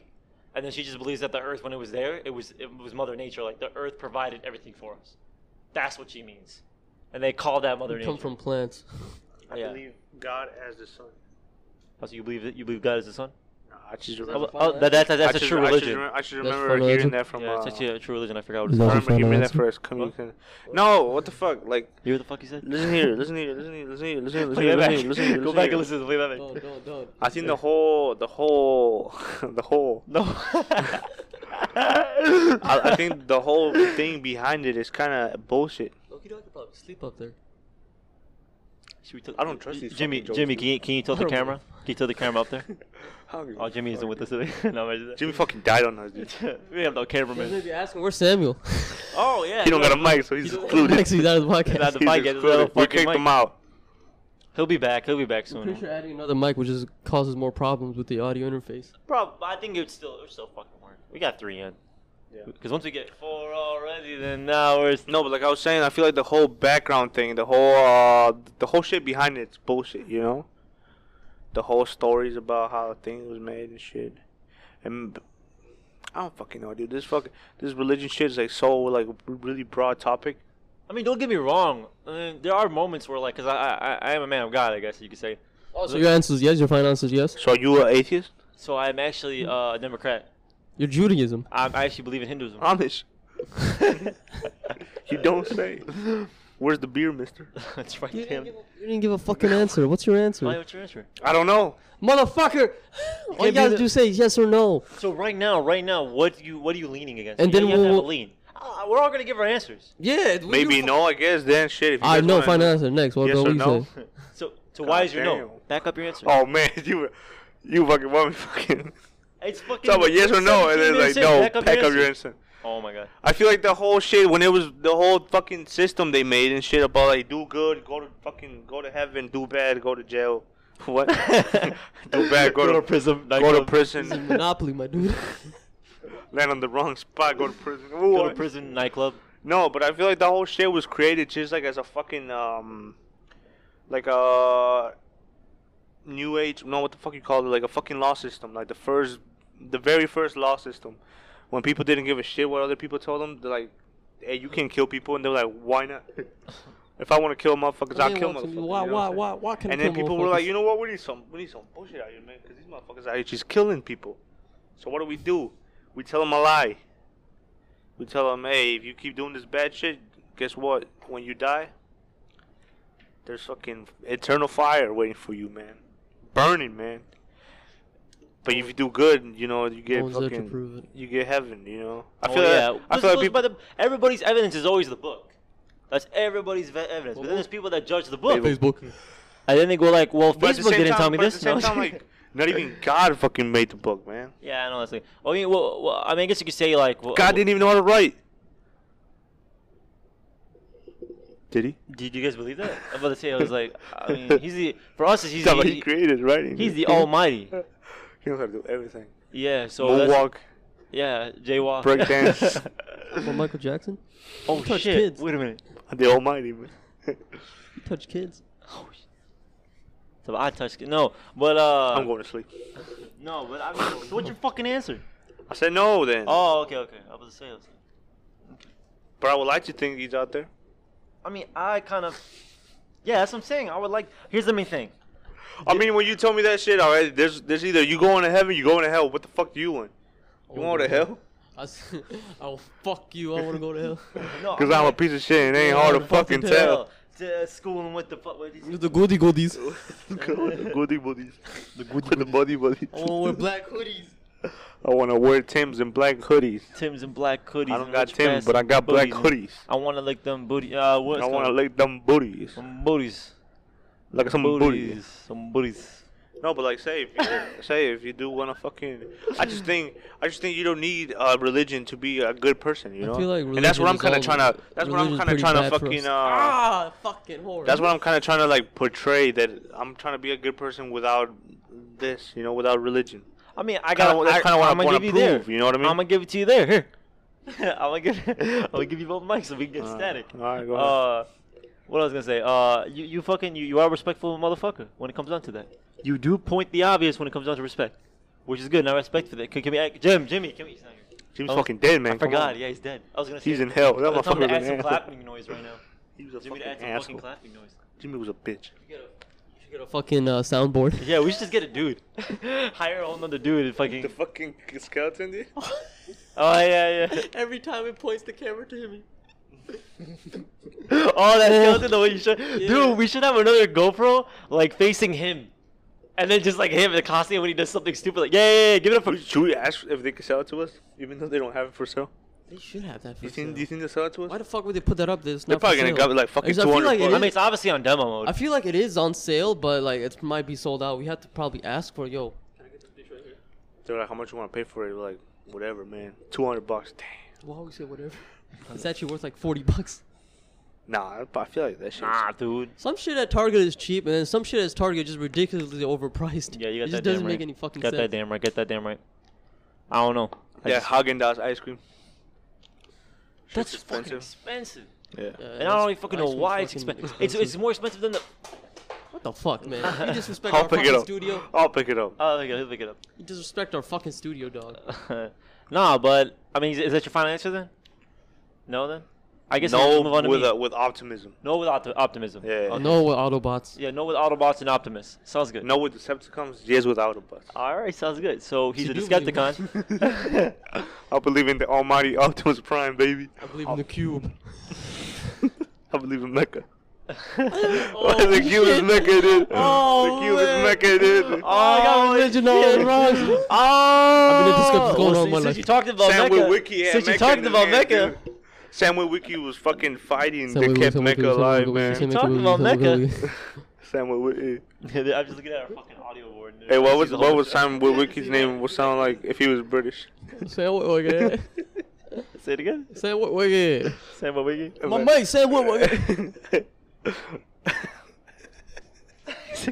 S3: and then she just believes that the Earth, when it was there, it was it was Mother Nature. Like the Earth provided everything for us. That's what she means, and they call that Mother Nature.
S4: come from plants.
S1: I
S3: Yeah.
S1: believe God as the sun.
S3: Oh, so you believe that you believe God is the Son?
S1: Nah, I just
S3: Oh,
S1: remember.
S3: but- oh, that, that's,
S1: I
S3: that's a
S1: just-
S3: true
S1: I just
S3: religion.
S1: remem- I should
S4: That's
S1: remember
S4: from
S1: hearing
S4: religion?
S1: that from.
S3: yeah, it's
S1: uh,
S3: actually a true religion. I forgot what
S1: I
S3: it's
S5: That's
S3: called.
S5: a
S1: remember hearing that
S5: answer.
S1: first communication. No, what the fuck? Like,
S3: You hear the fuck you said?
S1: listen here, listen here, listen here, listen here, listen here, listen
S3: Play
S1: here,
S3: that
S1: listen
S3: back.
S1: here, listen here.
S3: Go back and listen. Play that
S4: don't,
S3: back.
S4: don't, don't.
S1: I think the whole, the whole, the whole.
S3: No.
S1: I, I think the whole thing behind it is kind of bullshit.
S4: Loki Dog could probably sleep up there.
S3: Should we t-
S1: I don't trust these
S3: Jimmy,
S1: fucking jokes,
S3: Jimmy,
S1: dude.
S3: can you, can you tilt the camera? Can you tilt the camera up there? Oh, Jimmy isn't
S1: Fuck.
S3: with us today. no, I'm just-
S1: Jimmy fucking died on us, dude.
S3: we have no
S4: He's
S3: cameraman.
S4: gonna be asking where's Samuel.
S3: Oh yeah.
S1: He don't got a mic, so he's excluded.
S4: Actually, that is the
S3: Not
S4: podcast.
S3: the
S1: He's
S3: mic, it's a little
S1: excluded. We
S3: fucking
S1: kicked
S3: mic.
S1: him out.
S3: He'll be back. He'll be back
S4: I'm
S3: soon.
S4: pretty sure adding another mic would just causes more problems with the audio interface.
S3: Prob- I think it would still, it would still fucking work. We got three in.
S1: Yeah.
S3: Because once we get four already, then uh, now we're.
S1: No, but like I was saying, I feel like the whole background thing, the whole, uh, the whole shit behind it's bullshit. You know, the whole stories about how a thing was made and shit, and I don't fucking know, dude. This fucking this religion shit is like so like really broad topic.
S3: I mean, don't get me wrong. Uh, there are moments where, like, because I, I, I- I am a man of God, I guess you could say.
S4: Oh, so your answer is yes. Your final answer is yes.
S1: So are you an atheist?
S3: So I'm actually uh, a Democrat.
S4: Your Judaism.
S3: I'm, I actually believe in Hinduism.
S1: Amish? You don't say. Where's the beer, Mister?
S3: That's right,
S4: You
S3: damn.
S4: didn't, give a, you didn't give a fucking answer. What's your
S3: Why?
S4: answer,
S3: What's your answer?
S1: I don't know.
S4: motherfucker? All you
S3: be
S4: gotta
S3: the-
S4: do is say yes or no.
S3: So right now, right now, what do you what are you leaning against?
S4: And
S3: You-
S4: then
S3: you have to have
S4: we'll-
S3: a lean. Uh, we're all gonna give our answers.
S4: Yeah. we
S1: Maybe
S4: do-
S1: no. I guess then shit. If you
S4: I
S1: guys
S4: know.
S1: wanna-
S4: Final answer next. What
S1: Yes
S4: what
S1: or
S4: you
S1: no?
S4: say?
S3: So so why
S1: God
S3: is your no?
S1: damn.
S3: Back up your answer.
S1: Oh man, you you fucking want me fucking
S3: It's fucking.
S1: talk about yes or no,
S3: 17
S1: and then
S3: minutes
S1: like
S3: in,
S1: no, pack up your
S3: answer.
S1: instant.
S3: Oh my god.
S1: I feel like the whole shit when it was the whole fucking system they made and shit about like do good, go to fucking go to heaven, do bad, go to jail. What? do bad, go, to,
S3: prison.
S1: go to prison,
S4: Monopoly, my dude.
S1: land on the wrong spot, go to prison.
S3: Go to
S1: What?
S3: prison nightclub.
S1: No, but I feel like the whole shit was created just like as a fucking um, like a new age. No, what the fuck you call it? Like a fucking law system. Like the first, the very first law system, when people didn't give a shit what other people told them. They're like, "Hey, you can kill people," and they're like, "Why not?" if I want to kill motherfuckers, I'll
S4: Man,
S1: kill
S4: why-
S1: motherfuckers.
S4: Why?
S1: you know what
S4: Why?
S1: I'm
S4: Why? Why can
S1: saying? And then people were like, "You know what? We need some, we need some bullshit out here, man, because these motherfuckers out here just killing people." So what do we do? We tell them a lie. We tell them, hey, if you keep doing this bad shit, guess what? When you die, there's fucking eternal fire waiting for you, man. Burning, man. But if you do good, you know, you get
S4: Bones there to prove
S1: fucking,
S4: it.
S1: you get heaven, you know. I
S3: Oh,
S1: feel
S3: yeah.
S1: like, I
S3: This
S1: feel like
S3: goes
S1: people,
S3: by the, everybody's evidence is always the book. That's everybody's ve- evidence. But then there's people that judge the book.
S4: Facebook.
S3: And then they go like, well,
S1: but at the
S3: Facebook
S1: same
S3: didn't
S1: time,
S3: tell me
S1: but
S3: this.
S1: At the same
S3: No.
S1: time, like, not even God fucking made the book, man.
S3: yeah, I know. That's like, oh, yeah, well, well, I mean, I guess you could say like, well,
S1: God didn't even know how to write. Did he?
S3: Did you guys believe that? I'm about to say, I was like, I mean, he's the for us, he's
S1: Yeah,
S3: the,
S1: but he created writing.
S3: he's the
S1: dude.
S3: almighty.
S1: He knows how to do everything.
S3: Yeah, so that's-
S1: Moonwalk.
S3: yeah, jaywalk,
S1: Breakdance.
S4: Well, Michael Jackson.
S3: oh
S4: touch
S3: shit!
S4: kids.
S3: Wait a minute.
S1: The Almighty. Man.
S4: You touch kids.
S3: So I touched no, but uh,
S1: I'm going to sleep.
S3: no, but I mean, so what's your fucking answer?
S1: I said no then.
S3: Oh, okay, okay. I was about to say, I, was like,
S1: But I would like to think he's out there.
S3: I mean, I kind of, yeah, that's what I'm saying. I would like. Here's the main thing.
S1: I mean, when you told me that shit, all right, there's there's either you going to heaven, you going to hell. What the fuck do you want? You want to hell?
S4: I s- I'll fuck you. I want to go to hell.
S3: No,
S1: Because I'm a piece of shit and it ain't hard to fucking tell.
S3: To school and what the fuck? What is
S4: You're the goody goodies.
S1: goody buddies. The goody the buddy buddies. Oh,
S4: I want to wear black hoodies.
S1: I want to wear Tim's and black hoodies.
S3: Tim's and black hoodies.
S1: I don't
S3: and
S1: got
S3: rich
S1: Tim's, but I got black
S3: bastard booties. I
S1: hoodies.
S3: want to lick them booty. Uh, what's
S1: I want to
S3: called?
S1: lick them booties.
S3: some booties.
S1: Like some booties.
S3: booties. Some booties.
S1: No, but like, say if you, say if you do want to fucking, I just think I just think you don't need uh, religion to be a good person, you
S4: I
S1: know.
S4: feel like
S1: and that's what
S4: religion
S1: I'm kind of
S4: is
S1: trying
S4: all-
S1: to. That's what I'm
S4: religion's
S1: kind
S4: pretty
S1: of trying to
S4: bad for
S1: fucking.
S4: us.
S1: Uh,
S4: ah, fucking horror.
S1: that's what I'm kind of trying to like portray that I'm trying to be a good person without this, you know, without religion.
S3: I mean, I
S1: Kinda
S3: got.
S1: what- that's kinda what I
S3: I'm gonna
S1: wanna
S3: give you
S1: prove,
S3: there.
S1: you know what I mean?
S3: I'm gonna give it to you there. Here. I'm gonna give, I'm gonna give you both mics so we can get
S1: Alright,
S3: static.
S1: alright, go
S3: Uh, what I was gonna say. Uh, you, you fucking you, you are a respectful motherfucker when it comes down to that. You do point the obvious when it comes down to respect, which is good. And I respect for that. Can, can we, act- Jim, Jimmy, Jimmy, he's not here.
S1: He was
S3: Oh,
S1: fucking dead, man.
S3: I
S1: come
S3: forgot.
S1: on.
S3: Yeah, he's dead. I was gonna say
S1: He's in hell. That
S3: I'm
S1: motherfucker
S3: gonna
S1: was
S3: add
S1: an
S3: some
S1: asshole.
S3: clapping noise right now.
S1: He was a
S3: Jimmy,
S1: fucking
S3: to add some fucking
S1: asshole.
S3: clapping noise.
S1: Jimmy was a bitch.
S4: You should get a fucking uh, soundboard.
S3: Yeah, we should just get a dude. Hire a whole nother dude and fucking.
S1: The fucking skeleton, dude.
S3: Oh yeah, yeah.
S4: Every time it points the camera to him.
S3: Oh, that skeleton the way you should.
S4: Yeah.
S3: Dude, we should have another GoPro like facing him, and then just like him and constantly when he does something stupid, like yeah, yeah, yeah give it up for.
S1: We- Oh, Should we ask if they can sell it to us, even though they don't have it for sale?
S4: They should have that. For
S1: You think?
S4: sale.
S1: Do you think they sell it to us?
S4: Why the fuck would they put that up? This
S1: They're probably gonna grab it like fucking
S4: Because I feel
S1: 200
S4: like it
S1: bucks.
S3: I mean, it's obviously on demo mode.
S4: I feel like it is on sale, but like it might be sold out. We have to probably ask for yo.
S1: They're like, how much you want to pay for it? We're like, whatever, man. Two hundred bucks. Damn.
S4: Why we say whatever? It's actually worth like forty bucks.
S1: Nah, I- I feel like that shit.
S3: nah, Ah, dude.
S4: Some shit at Target is cheap, and then some shit at Target is just ridiculously overpriced.
S3: Yeah, you
S4: it
S3: got
S4: just doesn't
S3: that damn right.
S4: make any fucking
S3: got
S4: sense.
S3: that damn right. Get that damn right. I don't know. I
S1: Yeah,
S3: just-
S1: Haagen Dazs ice cream. Shit's
S3: that's fucking expensive.
S1: Yeah.
S4: Yeah,
S3: And I don't
S4: Uh, that's-
S3: even fucking
S4: ice
S3: know
S4: cream's
S3: why it's
S4: fucking
S3: expensive. It's it's more expensive than the.
S4: what the fuck, man? You disrespect
S1: I'll
S4: our
S1: pick it
S4: fucking
S1: up.
S4: studio.
S1: I'll pick it up.
S3: Oh, look it, look it up.
S4: You disrespect our fucking studio, dog.
S3: nah, but I mean, is, is that your final answer then? No, then. I guess I have to move on to
S1: no, with
S3: me.
S1: uh, with optimism.
S3: no with opti- optimism.
S1: Yeah.
S3: Okay.
S4: No, with Autobots.
S3: Yeah, no with Autobots and Optimus. Sounds good.
S1: No, with Decepticons. Yes, without a bus.
S3: All right, sounds good. So he's a
S4: You do believe
S3: Decepticon.
S1: I believe in the Almighty Optimus Prime, baby.
S4: I believe in the cube.
S1: I believe in Mecca.
S4: Oh,
S1: the cube is
S4: shit.
S1: Mecca, dude.
S4: Oh,
S1: the cube
S4: man.
S1: is Mecca, dude.
S4: Oh, I got religion all Ah! in wrong. I've been in discussions going
S3: Well,
S4: on in my
S3: since, since you
S4: life.
S3: talked about
S1: Sam
S3: Mecha,
S1: with Wiki had
S3: Oh, since you
S1: Mecca in
S3: talked
S1: his
S3: about
S1: hand,
S3: Mecha,
S1: dude. Sam with Wiki was fucking fighting
S4: Somebody
S1: to
S4: will,
S1: keep
S4: somebody
S1: Mecca
S4: will, somebody
S1: alive,
S4: will,
S1: man.
S4: somebody
S3: Talking
S4: will,
S3: about
S4: somebody will.
S3: Mecca.
S1: Sam with Wiki.
S3: I'm just looking at our fucking audio board. dude.
S1: Hey,
S3: I
S1: what was
S3: see the
S1: what
S3: whole-
S1: was Sam with Wiki's name would sound like if he was British?
S4: Say what we get.
S3: Say it again.
S4: Say what we get.
S3: Sam with Wiki.
S4: My mate, say what we get.
S1: Sam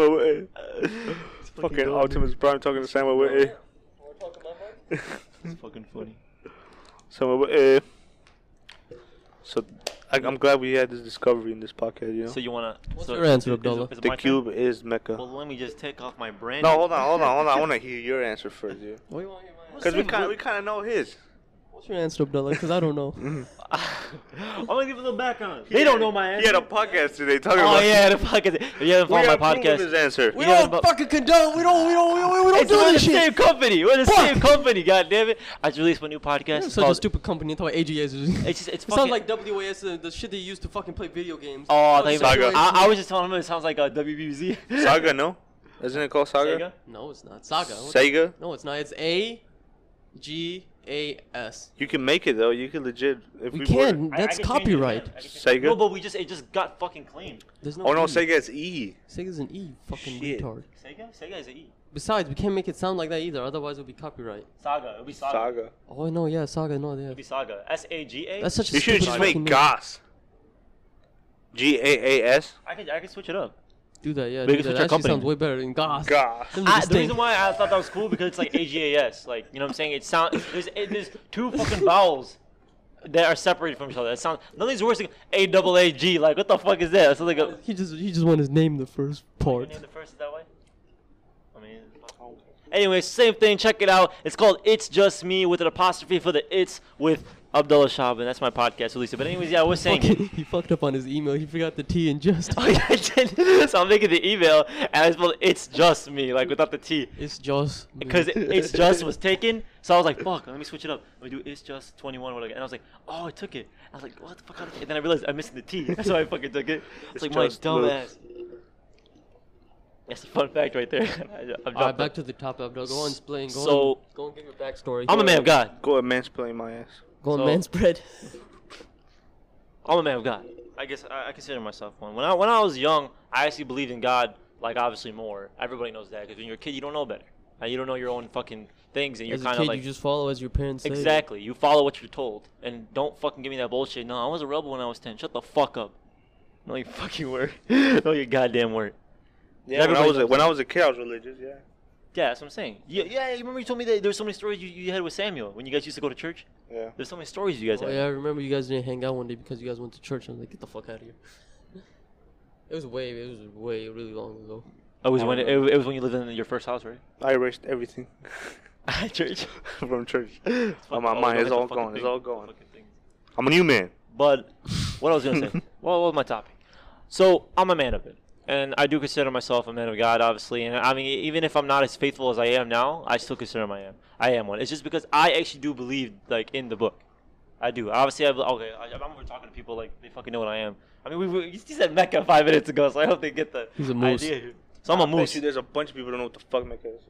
S1: with Wiki. Fucking Optimus Prime talking to Sam with Wiki.
S3: It's fucking funny.
S1: So, uh, so I, I'm glad we had this discovery in this podcast. You know,
S3: So you wanna? What's so
S4: your answer,
S3: is it-
S4: Abdullah?
S3: is it
S1: the
S3: my turn?
S1: cube is Mecca.
S3: Well, let me just take off my brand.
S1: no, hold on, hold on, hold on. I want to hear your answer first, dude.
S4: What do you want your
S1: Because we kind we kind of know his.
S4: What's your answer, Abdullah? Because I don't know.
S3: I'm gonna give a little background. They don't know my answer.
S1: He had a podcast today talking
S3: Oh
S1: about.
S3: yeah, the podcast. If You haven't
S1: we
S3: followed my
S1: approve of his
S3: podcast. Oh,
S1: answer.
S4: we
S3: Yeah,
S4: don't
S3: but-
S4: fucking condone. We don't. We don't. We don't, we don't
S3: It's
S4: do
S3: we're the
S4: this shit.
S3: same company. We're the
S4: Fuck.
S3: same company. God damn it! I just released my new podcast.
S4: You're
S3: It's
S4: such a
S3: called-
S4: stupid company. Talk about AGS. It
S3: It's just, it's
S4: sounds
S3: fucking-
S4: like WAS, uh, the shit they use to fucking play video games.
S3: Oh, I, thought you
S1: Saga.
S3: meant- I, I was just telling him it sounds like uh, a WBZ.
S1: Saga, no? Isn't it called Saga?
S3: Sega?
S4: No, it's not. Saga. What the-
S1: Sega.
S4: No, it's not. It's A, G, A, S.
S1: You can make it though. You can legit. If
S4: We
S1: we, were-
S4: can.
S3: I- I
S4: That's
S3: can change it
S4: copyright.
S3: again. I can change-
S1: Sega?
S3: No, but we just it just got fucking claimed.
S4: There's no.
S1: Oh no,
S4: E.
S1: Sega is E.
S4: Sega's an E. Fucking
S1: Shit.
S4: retard.
S3: Sega, Sega is an E.
S4: Besides, we can't make it sound like that either. Otherwise, it'll be copyright.
S3: Saga, it'll be Saga. It'll
S1: Saga.
S4: Oh no, yeah, Saga. No, yeah.
S3: be Saga. S A G A.
S4: That's such a
S1: You should
S4: stupid
S1: just
S4: fucking
S1: make
S4: name.
S1: Gas. G A A S.
S3: I can I can switch it up.
S4: Do that, yeah.
S3: Make
S4: Do
S3: it
S4: that.
S3: switch
S4: that
S3: our
S4: actually
S3: company.
S4: sounds way better than Goss.
S1: Goss.
S4: Doesn't
S3: I, the
S4: distinct.
S3: reason why I thought that was cool because it's like A G A S. Like you know what I'm saying? It sound there's it, there's two fucking vowels that are separated from each other. That sounds nothing's worse than A double A G. Like what the fuck is that? That sounds like a.
S4: he just he just wanted his name the first
S3: You
S4: part.
S3: name the first that way? I mean. Anyway, same thing. Check it out. It's called "It's Just Me" with an apostrophe for the "it's" with Abdullah Shaban. That's my podcast release. But anyways, yeah, I was saying.
S4: Fucking, he fucked up on his email. He forgot the T and just.
S3: Oh, yeah, I did. so I'm making the email, and I spelled "It's Just Me" like without the T,
S4: It's just
S3: because "It's Just" was taken. So I was like, "Fuck, let me switch it up. Let me do "It's Just 21." Whatever. And I was like, "Oh, I took it." I was like, "What the fuck?" How did I-" And then I realized I'm missing the T. That's why I fucking took it. It's,
S1: It's
S3: like my
S1: just
S3: dumb
S1: loose.
S3: ass. That's a fun fact right there. I,
S4: All right, back to the top, Abdul. Go on, explain. Go
S3: So-
S4: on, go and give your backstory.
S3: I'm a man of God.
S1: Go ahead, mansplain my ass.
S4: Go on,
S3: So-
S4: man spread.
S3: I'm a man of God. I guess I, I consider myself one. When I when I was young, I actually believed in God, like obviously more. Everybody knows that because when you're a kid, you don't know better. And you don't know your own fucking things, and you're
S4: As a
S3: kind of
S4: kid,
S3: like
S4: you just follow as your parents say.
S3: exactly. You follow what you're told, and don't fucking give me that bullshit. No, I was a rebel when I was ten. Shut the fuck up. No, you fucking word. no, your goddamn word.
S1: Yeah, when I
S3: Everybody
S1: was a,
S3: knows
S1: when I was a kid, I was religious. Yeah.
S3: Yeah, that's what I'm saying. Yeah, yeah. You remember you told me that there were so many stories you, you had with Samuel when you guys used to go to church.
S1: Yeah.
S3: There's so many stories you guys
S4: Oh
S3: had.
S4: yeah, I remember you guys didn't hang out one day because you guys went to church. I was like, get the fuck out of here. It was way, it was way, really long ago.
S3: Oh, it was when it, it was when you lived in your first house, right?
S1: I erased everything
S3: At church.
S1: from church. On my
S3: Oh,
S1: mind,
S3: no,
S1: it's
S3: that's a
S1: all
S3: fucking
S1: gone. It's
S3: thing.
S1: all gone.
S3: Fucking thing.
S1: I'm a new man.
S3: But what I was gonna say, what was my topic? So I'm a man of it, and I do consider myself a man of God, obviously. And I mean, even if I'm not as faithful as I am now, I still consider I am. I am one. It's just because I actually do believe like in the book. I do. Obviously, I okay. I, I remember talking to people like they fucking know what I am. I mean, we, we you said Mecca five minutes ago, so I hope they get the
S4: He's a moose.
S3: idea. here. So I'm a
S1: Bet
S3: moose.
S1: you there's a bunch of people don't know what the fuck Mecca is.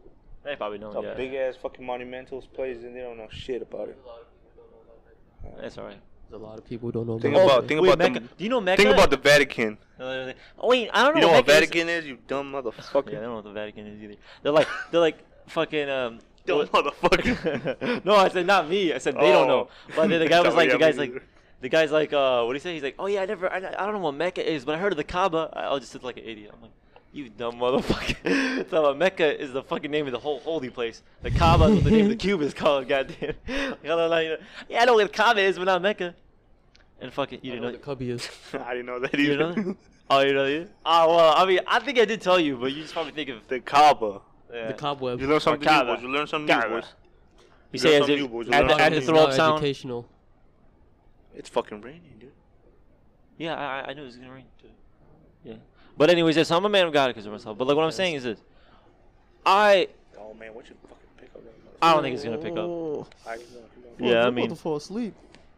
S3: They probably know.
S1: It's
S3: Oh, Yeah,
S1: a big ass fucking monumental place, and they don't know shit about it.
S3: that's all right.
S4: There's a lot of people who don't know.
S1: Think
S4: about
S1: about,
S4: it.
S1: think
S3: Wait,
S1: about
S3: Mecca.
S1: the,
S3: do you know Mecca?
S1: think about the Vatican.
S3: the. Wait, I don't know.
S1: You know what
S3: Mecca is.
S1: Vatican is? You dumb motherfucker.
S3: Yeah, they don't know what the Vatican is either. They're like they're like fucking um.
S1: Dumb
S3: what-
S1: motherfucker.
S3: no, I said not me. I said they don't know.
S1: Oh.
S3: But then the guy was
S1: Oh,
S3: like,
S1: yeah,
S3: the guy's
S1: me
S3: like,
S1: neither.
S3: the guy's like, uh, what do you say? He's like, oh yeah, I never, I, I don't know what Mecca is, but I heard of the Kaaba. I, I just sit like an idiot. I'm like, you dumb motherfucker. so uh, Mecca is the fucking name of the whole holy place. The Kaaba is what the name of the cube is called. Goddamn. Like, I don't know, you know, yeah, I know what the Kaaba is, but not Mecca. And fucking, you
S4: I
S3: didn't
S4: know
S3: know.
S4: what the cubby is.
S1: I didn't know that
S3: you
S1: either.
S3: didn't know. that? Oh, you know you? Oh well, I mean, I think I did tell you, but you just probably think of
S1: the Kaaba.
S3: yeah.
S4: The cobweb.
S1: You learn something new,
S3: Kaaba.
S1: boys. You learn something new,
S3: Kaaba.
S1: boys.
S3: You
S1: You
S3: say
S1: got
S3: as
S1: some
S3: if
S1: new boys,
S3: add the,
S1: you got
S3: add
S1: some
S3: the
S1: new
S3: throw up
S4: Now
S3: sound.
S4: Educational.
S1: It's fucking raining, dude.
S3: Yeah, I, I- I knew it was gonna rain too. Yeah, but anyways, yes, I'm a man of God because of myself. But like what I'm saying is this: I
S1: Oh man, what you fucking pick up? that
S3: I don't think it's gonna pick up.
S4: Oh,
S1: motherfucker? Alright, keep going, keep going.
S3: Yeah, I mean,
S4: fall asleep.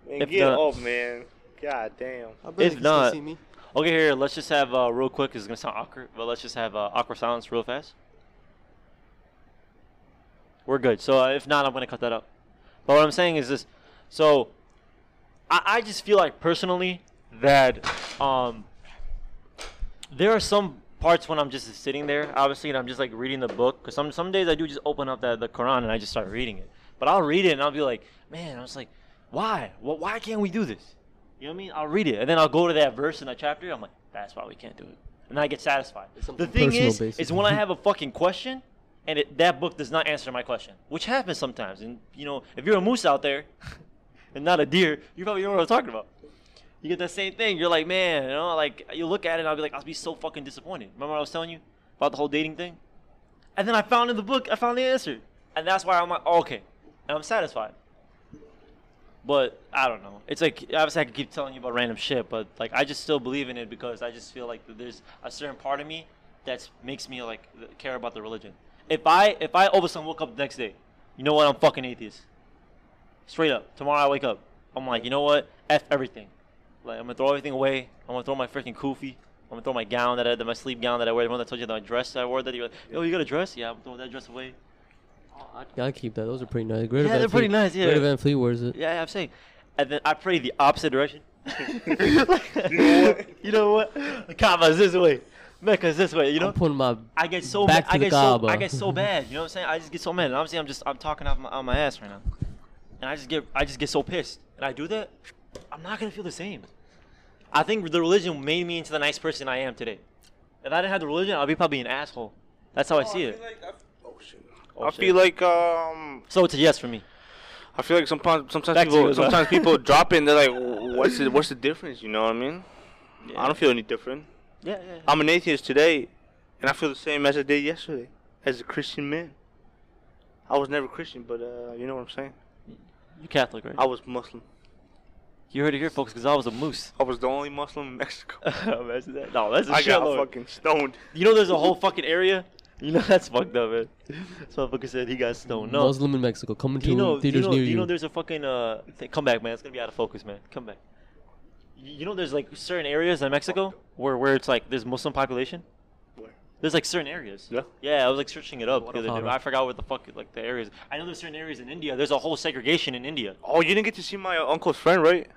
S1: Man,
S3: If
S1: get
S3: not-
S1: up, man. God damn.
S4: I bet
S3: If
S4: you can
S3: not-
S4: still see me.
S3: okay, here, let's just have uh, real quick. 'cause It's gonna sound awkward, but let's just have uh, awkward silence real fast. We're good. So uh, if not, I'm gonna cut that out. But what I'm saying is this: so I, I just feel like personally that um there are some parts when I'm just sitting there, obviously, and I'm just like reading the book. Cause some some days I do just open up the the Quran and I just start reading it. But I'll read it and I'll be like, man, I was like, why? Well, why can't we do this? You know what I mean? I'll read it and then I'll go to that verse in that chapter. and I'm like, that's why we can't do it. And I get satisfied. The
S4: something
S3: thing
S4: personal,
S3: is, is
S4: basically.
S3: when I have a fucking question, and it, that book does not answer my question, which happens sometimes. And you know, if you're a moose out there, and not a deer, you probably know what I'm talking about you get that same thing. You're like, man, you know, like you look at it and I'll be like, I'll be so fucking disappointed. Remember what I was telling you about the whole dating thing? And then I found in the book, I found the answer. And that's why I'm like, oh, okay. And I'm satisfied. But I don't know. It's like obviously I could keep telling you about random shit, but like I just still believe in it because I just feel like that there's a certain part of me that makes me like th- care about the religion. If I if I all of a sudden woke up the next day, you know what? I'm fucking atheist. Straight up. Tomorrow I wake up. I'm like, you know what? F everything. Like I'm gonna throw everything away. I'm gonna throw my freaking kufi. I'm gonna throw my gown that I, that my sleep gown that I wear. The one that I told you that my dress that I wore. That you, yo, you got a dress? Yeah, I'm throwing that dress away.
S4: Yeah, I keep that. Those are pretty nice. Greater
S3: Yeah,
S4: Van
S3: they're pretty
S4: Fleet-
S3: nice, yeah.
S4: Greater Van Fleet wears it.
S3: Yeah, yeah, I'm saying. And then I pray the opposite direction. you
S1: know what?
S3: You know what? The Kaaba's this way. Mecca's this way. You know.
S4: I'm putting my.
S3: I get so
S4: Back
S3: mad.
S4: to
S3: I
S4: the
S3: get so
S4: Kaaba.
S3: I get so bad. You know what I'm saying? I just get so mad. And obviously, I'm just I'm talking out my, out my ass right now, and I just get I just get so pissed. And I do that, I'm not gonna feel the same. I think the religion made me into the nice person I am today. If I didn't have the religion, I'd be probably an asshole. That's how I see it.
S1: Oh shit.
S3: Oh,
S1: I
S3: shit.
S1: feel like um,
S3: so it's a yes for me.
S1: I feel like sometimes sometimes
S3: Back to you
S1: people
S3: as well.
S1: sometimes people drop in. They're like, "Wh- what's the what's the difference? You know what I mean? I don't feel any different.
S3: Yeah, yeah. yeah.
S1: I'm an atheist today, and I feel the same as I did yesterday as a Christian man. I was never Christian, but uh, you know what I'm saying.
S3: You're Catholic, right?
S1: I was Muslim.
S3: you heard it here, folks, because I was a moose.
S1: I was the only Muslim in Mexico.
S3: Imagine that. No, Oh, that's a
S1: I got
S3: shitload.
S1: fucking stoned.
S3: You know, there's a whole fucking area. You know, that's fucked up, man. This motherfucker said he got stoned. No,
S4: Muslim in Mexico coming
S3: Do
S4: to
S3: you know, do you
S4: theaters
S3: know,
S4: near
S3: do you know there's a fucking uh th- come back man it's gonna be out of focus man come back you you know there's like certain areas in mexico where where it's like there's muslim population
S1: Where?
S3: there's like certain areas
S1: Yeah.
S3: yeah i was like searching it up the other day
S4: Guadalajara.
S3: but i forgot what the fuck like the areas i know there's certain areas in india there's a whole segregation in india
S1: Oh, you didn't get to see my uncle's friend, right?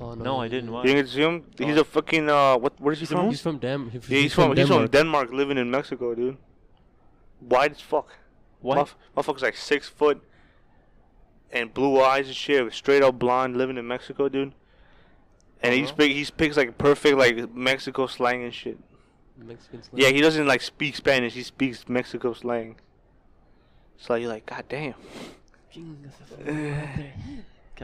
S4: Oh,
S3: no i didn't
S1: You
S3: why?
S1: didn't get to see him. He's a fucking uh, what? Where is he
S3: a
S1: from?
S4: He's from Dam. he-
S1: Yeah, he's from he's from
S4: Denmark.
S1: Denmark, living in Mexico, dude. Wide as fuck.
S3: White?
S1: Motherf- motherfucker's like six foot and blue eyes and shit, straight up blonde, living in Mexico, dude. And he
S3: Uh-huh.
S1: speaks he speaks like perfect like Mexico slang and shit.
S4: Mexican slang.
S1: Yeah, he doesn't like speak Spanish. He speaks Mexico slang. So like, you're like, God damn.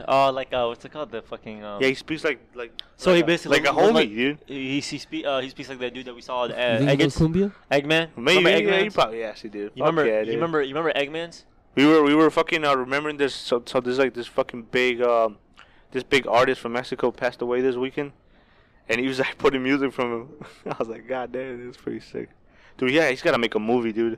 S3: Oh, like uh, what's it called? The fucking um,
S1: Yeah, he speaks like like
S3: So he basically
S1: like a
S3: looked
S1: homie, dude.
S3: He he, spe- uh, he speaks like that dude that we saw at
S4: You think it was
S3: Eggman's.
S4: Cumbia?
S3: Eggman.
S1: Maybe
S3: Remember
S1: yeah, you
S3: Eggman's?
S1: probably yeah, she did.
S3: You remember?
S1: Fuck yeah,
S3: you
S1: dude.
S3: remember? You remember Eggman's?
S1: We were we were fucking uh, remembering this. So, so there's like this fucking big um, this big artist from Mexico passed away this weekend, and he was like putting music from him. I was like, God damn, this is pretty sick, dude. Yeah, he's gotta make a movie, dude.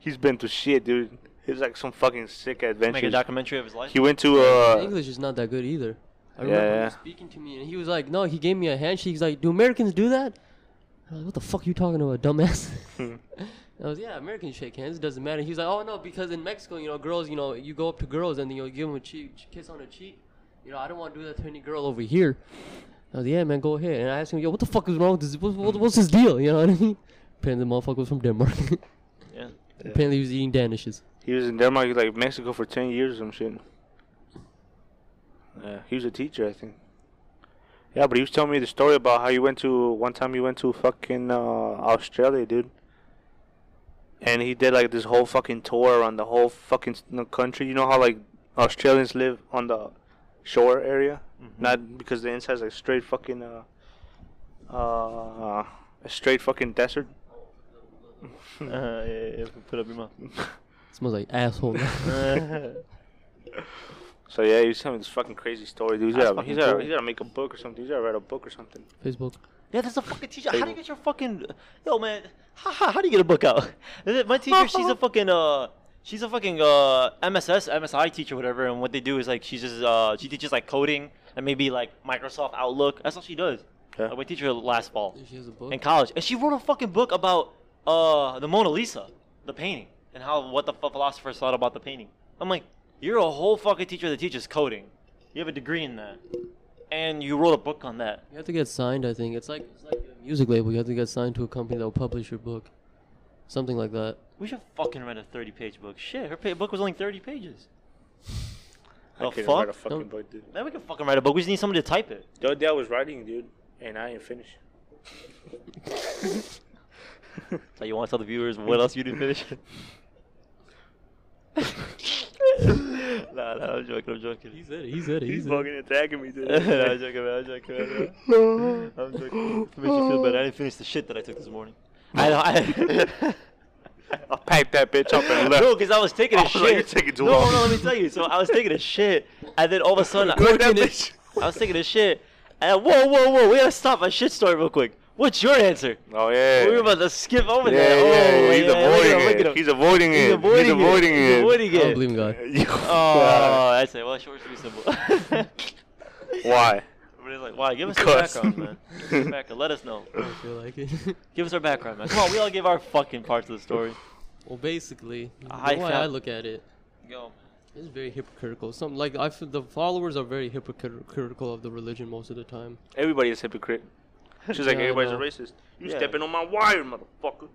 S1: He's been through shit, dude. It's like some fucking sick
S3: Make a
S1: adventures.
S3: documentary of his life.
S1: He went to uh,
S4: English is not that good either. I remember him
S1: Yeah.
S4: speaking to me, and he was like, "No," he gave me a handshake. He's like, "Do Americans do that?" I'm like, "What the fuck you talking about, dumbass?"
S1: Hmm.
S4: I was, "Yeah, Americans shake hands. It doesn't matter." He's like, "Oh no, because in Mexico, you know, girls, you know, you go up to girls and you know, give them a cheek, kiss on the cheek. You know, I don't want to do that to any girl over here." I was, "Yeah, man, go ahead." And I asked him, "Yo, what the fuck is wrong with this? What, what, what's his deal?" You know what I mean? Apparently, the motherfucker was from Denmark.
S3: Yeah.
S4: Apparently, he was eating danishes.
S1: he was in Denmark, like Mexico, for ten years or some shit. Yeah, he was a teacher, I think. Yeah, but he was telling me the story about how you went to one time you went to fucking uh, Australia, dude. And he did like this whole fucking tour around the whole fucking s- no, country. You know how like Australians live on the shore area, not because the inside's like straight fucking uh uh a straight fucking desert.
S3: Uh, yeah, yeah, yeah, put up your mouth.
S4: smells like asshole.
S1: Uh. So yeah, he was telling me this fucking crazy story, dude. He's
S3: That's
S1: gotta,
S3: fucking
S1: he's gotta,
S3: cool.
S1: he's gotta make a book or something. He's gotta write a book or something.
S4: Facebook.
S3: yeah, that's a fucking teacher. How do you get your fucking yo man? Ha, ha, how do you get a book out? My teacher, she's a fucking uh, she's a fucking uh, MSS, MSI teacher, whatever. And what they do is like she's just uh, she teaches like coding and maybe like Microsoft Outlook. That's all she does.
S1: Yeah.
S3: Like, my teacher last fall.
S4: She has a book.
S3: in college, and she wrote a fucking book about uh the Mona Lisa, the painting, and how what the ph- philosophers thought about the painting. I'm like, you're a whole fucking teacher that teaches coding. You have a degree in that, and you wrote a book on that.
S4: You have to get signed, I think. It's like it's like a music label. You have to get signed to a company that will publish your book, something like that.
S3: We should fucking write a 30-page book. Shit, her pa- book was only 30 pages. The
S1: I couldn't
S3: fuck?
S1: write a fucking
S4: Don't-
S1: book, dude.
S3: Man, we can fucking write a book. We just need somebody to type it.
S1: The other day I was writing, dude, and I didn't finish.
S3: So you want to tell the viewers what else you didn't finish? nah, nah, I'm joking. I'm joking.
S4: He said it. He said it.
S1: He's fucking attacking me,
S3: No, I'm
S1: dude.
S3: joking, man. I'm joking, man. No. I'm joking. To make you feel better, I didn't finish the shit that I took this morning. I, I,
S1: I packed that bitch up and left.
S3: no, because I was taking a
S1: I was
S3: shit.
S1: like, "You're taking too
S3: no,
S1: long."
S3: no, let me tell you. So I was taking a shit, and then all of a sudden, I,
S1: Look at that bitch.
S3: I was taking a shit, and whoa, whoa, whoa, we gotta stop our shit story real quick. What's your answer?
S1: Oh yeah.
S3: We were about to skip over
S1: yeah,
S3: that.
S1: yeah,
S3: oh,
S1: yeah, he's
S3: yeah, look at him, look
S1: avoiding
S3: at
S1: it.
S3: him.
S1: He's avoiding
S3: He's
S1: it. He's avoiding
S3: He's
S1: it.
S3: avoiding
S4: I don't
S3: it.
S4: blame God.
S1: You-
S3: Oh, that's it. Well, short, sweet, simple.
S1: Why?
S3: Everybody's like, wow, give us your
S1: Because-
S3: background, man. Give us background. Let us know.
S4: I don't feel like it.
S3: Give us our background, man. Come on, we all give our fucking parts of the story.
S4: well, basically, the
S3: I
S4: way I
S3: found-
S4: look at it,
S3: Yo,
S4: it's very hypocritical. Some like I feel the followers are very hypocritical of the religion most of the time.
S1: Everybody is hypocrite. She's like
S4: Yeah, I
S1: everybody's a
S4: know.
S1: racist. You
S3: Yeah.
S1: stepping on my wire, motherfucker.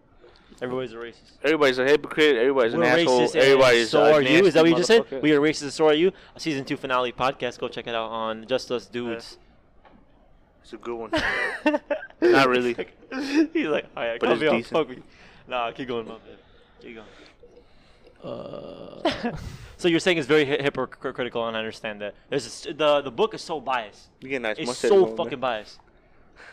S3: everybody's a racist.
S1: Everybody's a hypocrite. Everybody's
S3: We're
S1: an asshole.
S3: racist. and
S1: everybody's
S3: so
S1: a
S3: are you. Is that what
S1: nasty
S3: you just said?
S1: motherfucker.
S3: We are racist. and So are you. A season two finale podcast. Go check it out on Just Us Dudes.
S1: It's a good one. Not really.
S3: He's like, all right,
S1: But
S3: cut
S1: it's
S3: me off.
S1: decent.
S3: Fuck me. Nah, keep going, my man. Keep going.
S4: Uh,
S3: So you're saying it's very hi- hypocritical, and I understand that. There's a s the the book is so biased.
S1: You get a nice
S3: It's
S1: mustache
S3: so
S1: going there.
S3: fucking biased.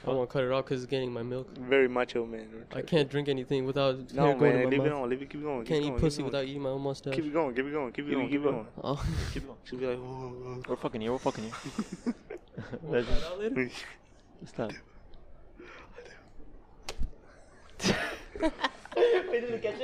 S4: I want to cut it off because it's getting my milk.
S1: Very macho man.
S4: I can't drink anything without
S1: No
S4: hair going
S1: man,
S4: to
S1: leave
S4: my
S1: it
S4: mouth.
S1: on. Leave it. Keep going.
S4: Can't
S1: keep
S4: eat
S1: going,
S4: pussy
S1: keep
S4: without eating my own mustache.
S1: Keep it going. Keep it going. Keep it
S3: Keep
S1: going.
S3: it
S1: Keep it
S3: going.
S1: going.
S4: oh,
S3: Keep going.
S1: She'll be like, "Ooh,
S3: We're fucking here. We're fucking here.
S4: We'll find out later.
S1: ooh, ooh."
S3: Stop.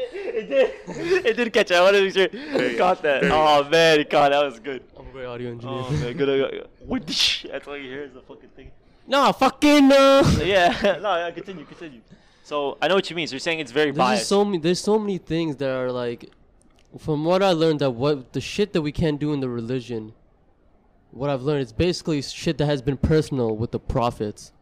S3: It did catch it. I wanted to make sure it caught that. Oh man, it caught. That was good.
S4: I'm a great audio engineer.
S3: Oh man, good. good, good. What the sh- That's all you hear is the fucking thing.
S4: no, fucking uh, no.
S3: Yeah. No, yeah, continue, continue. So I know what you mean. So you're saying it's very
S4: There's
S3: biased.
S4: just so many. There's so many things that are like, from what I learned, that what the shit that we can't do in the religion. What I've learned is basically shit that has been personal with the prophets.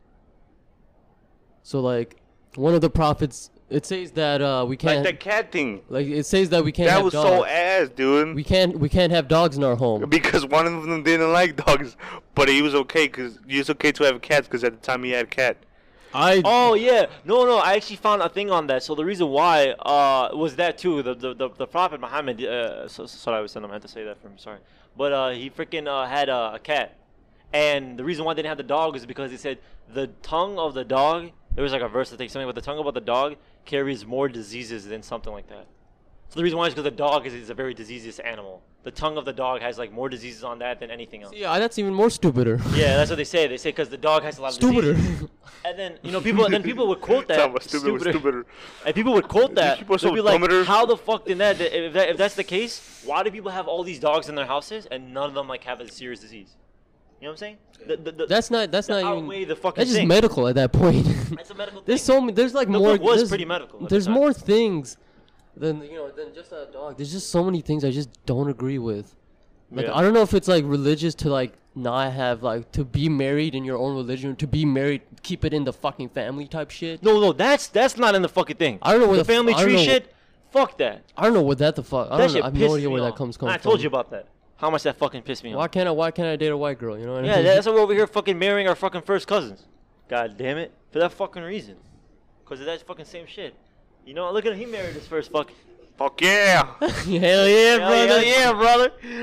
S4: So like, one of the prophets, it says that uh, we
S1: Like
S4: can't.
S1: that
S4: Like,
S1: cat thing.
S4: it says that we can't.
S1: That
S4: have
S1: was
S4: dogs.
S1: so ass, dude.
S4: we can't. We can't have dogs in our home.
S1: because one of them didn't like dogs, but he was okay because he was okay to have cats because at the time he had a cat.
S5: I
S3: Oh yeah, no, no. I actually found a thing on that. So the reason why uh, was that too. The the, the, the prophet Muhammad. Uh, so, so- sorry, I was I meant to say that from sorry, but uh, he freaking uh, had a, a cat, and the reason why they didn't have the dog is because he said the tongue of the dog. There was like a verse that takes something, but the tongue about the dog carries more diseases than something like that. So the reason why is because the dog is, is a very diseaseous animal. The tongue of the dog has like more diseases on that than anything else.
S4: Yeah, that's even more stupider.
S3: Yeah, that's what they say. They say because the dog has a lot of
S4: Stupider.
S3: diseases. And then you know people, then people would quote that.
S1: Talking about stupid was stupider.
S3: And people would quote that.
S1: people are
S3: They'll
S1: so
S3: be like,
S1: dumber.
S3: "How the fuck did that? If, that? if that's the case, why do people have all these dogs in their houses and none of them like have a serious disease? You know what I'm saying? The- the- the-
S4: That's not. That's
S3: That
S4: not
S3: outweigh
S4: even.
S3: the fucking
S4: that's just
S3: thing.
S4: medical at that point.
S3: That's a medical
S4: there's
S3: thing.
S4: so many. There's like
S3: The
S4: more.
S3: book was
S4: there's-
S3: pretty medical at the
S4: There's
S3: time.
S4: more things than you know than just a dog. There's just so many things I just don't agree with. Like
S3: Yeah.
S4: I don't know if it's like religious to like not have like to be married in your own religion, to be married, keep it in the fucking family type shit.
S3: no, no, that's that's not in the fucking thing.
S4: I don't know where
S3: the
S4: the f-
S3: family
S4: I don't
S3: tree
S4: know-
S3: shit. Fuck that.
S4: I don't know what that the fuck. I
S3: That
S4: don't.
S3: shit
S4: Know, I have
S3: pissed
S4: no idea
S3: me
S4: where
S3: off.
S4: that comes comes
S3: I told
S4: from.
S3: you about that. How much that fucking pissed me
S4: Why
S3: off.
S4: can't I? Why can't I date a white girl? You know what I
S3: Yeah,
S4: mean?
S3: that's why we're over here fucking marrying our fucking first cousins. God damn it. For that fucking reason. Because of that fucking same shit. You know, look at him. He married his first fucking.
S1: Fuck yeah!
S4: Hell yeah,
S3: Hell, hell
S4: brother.
S3: yeah,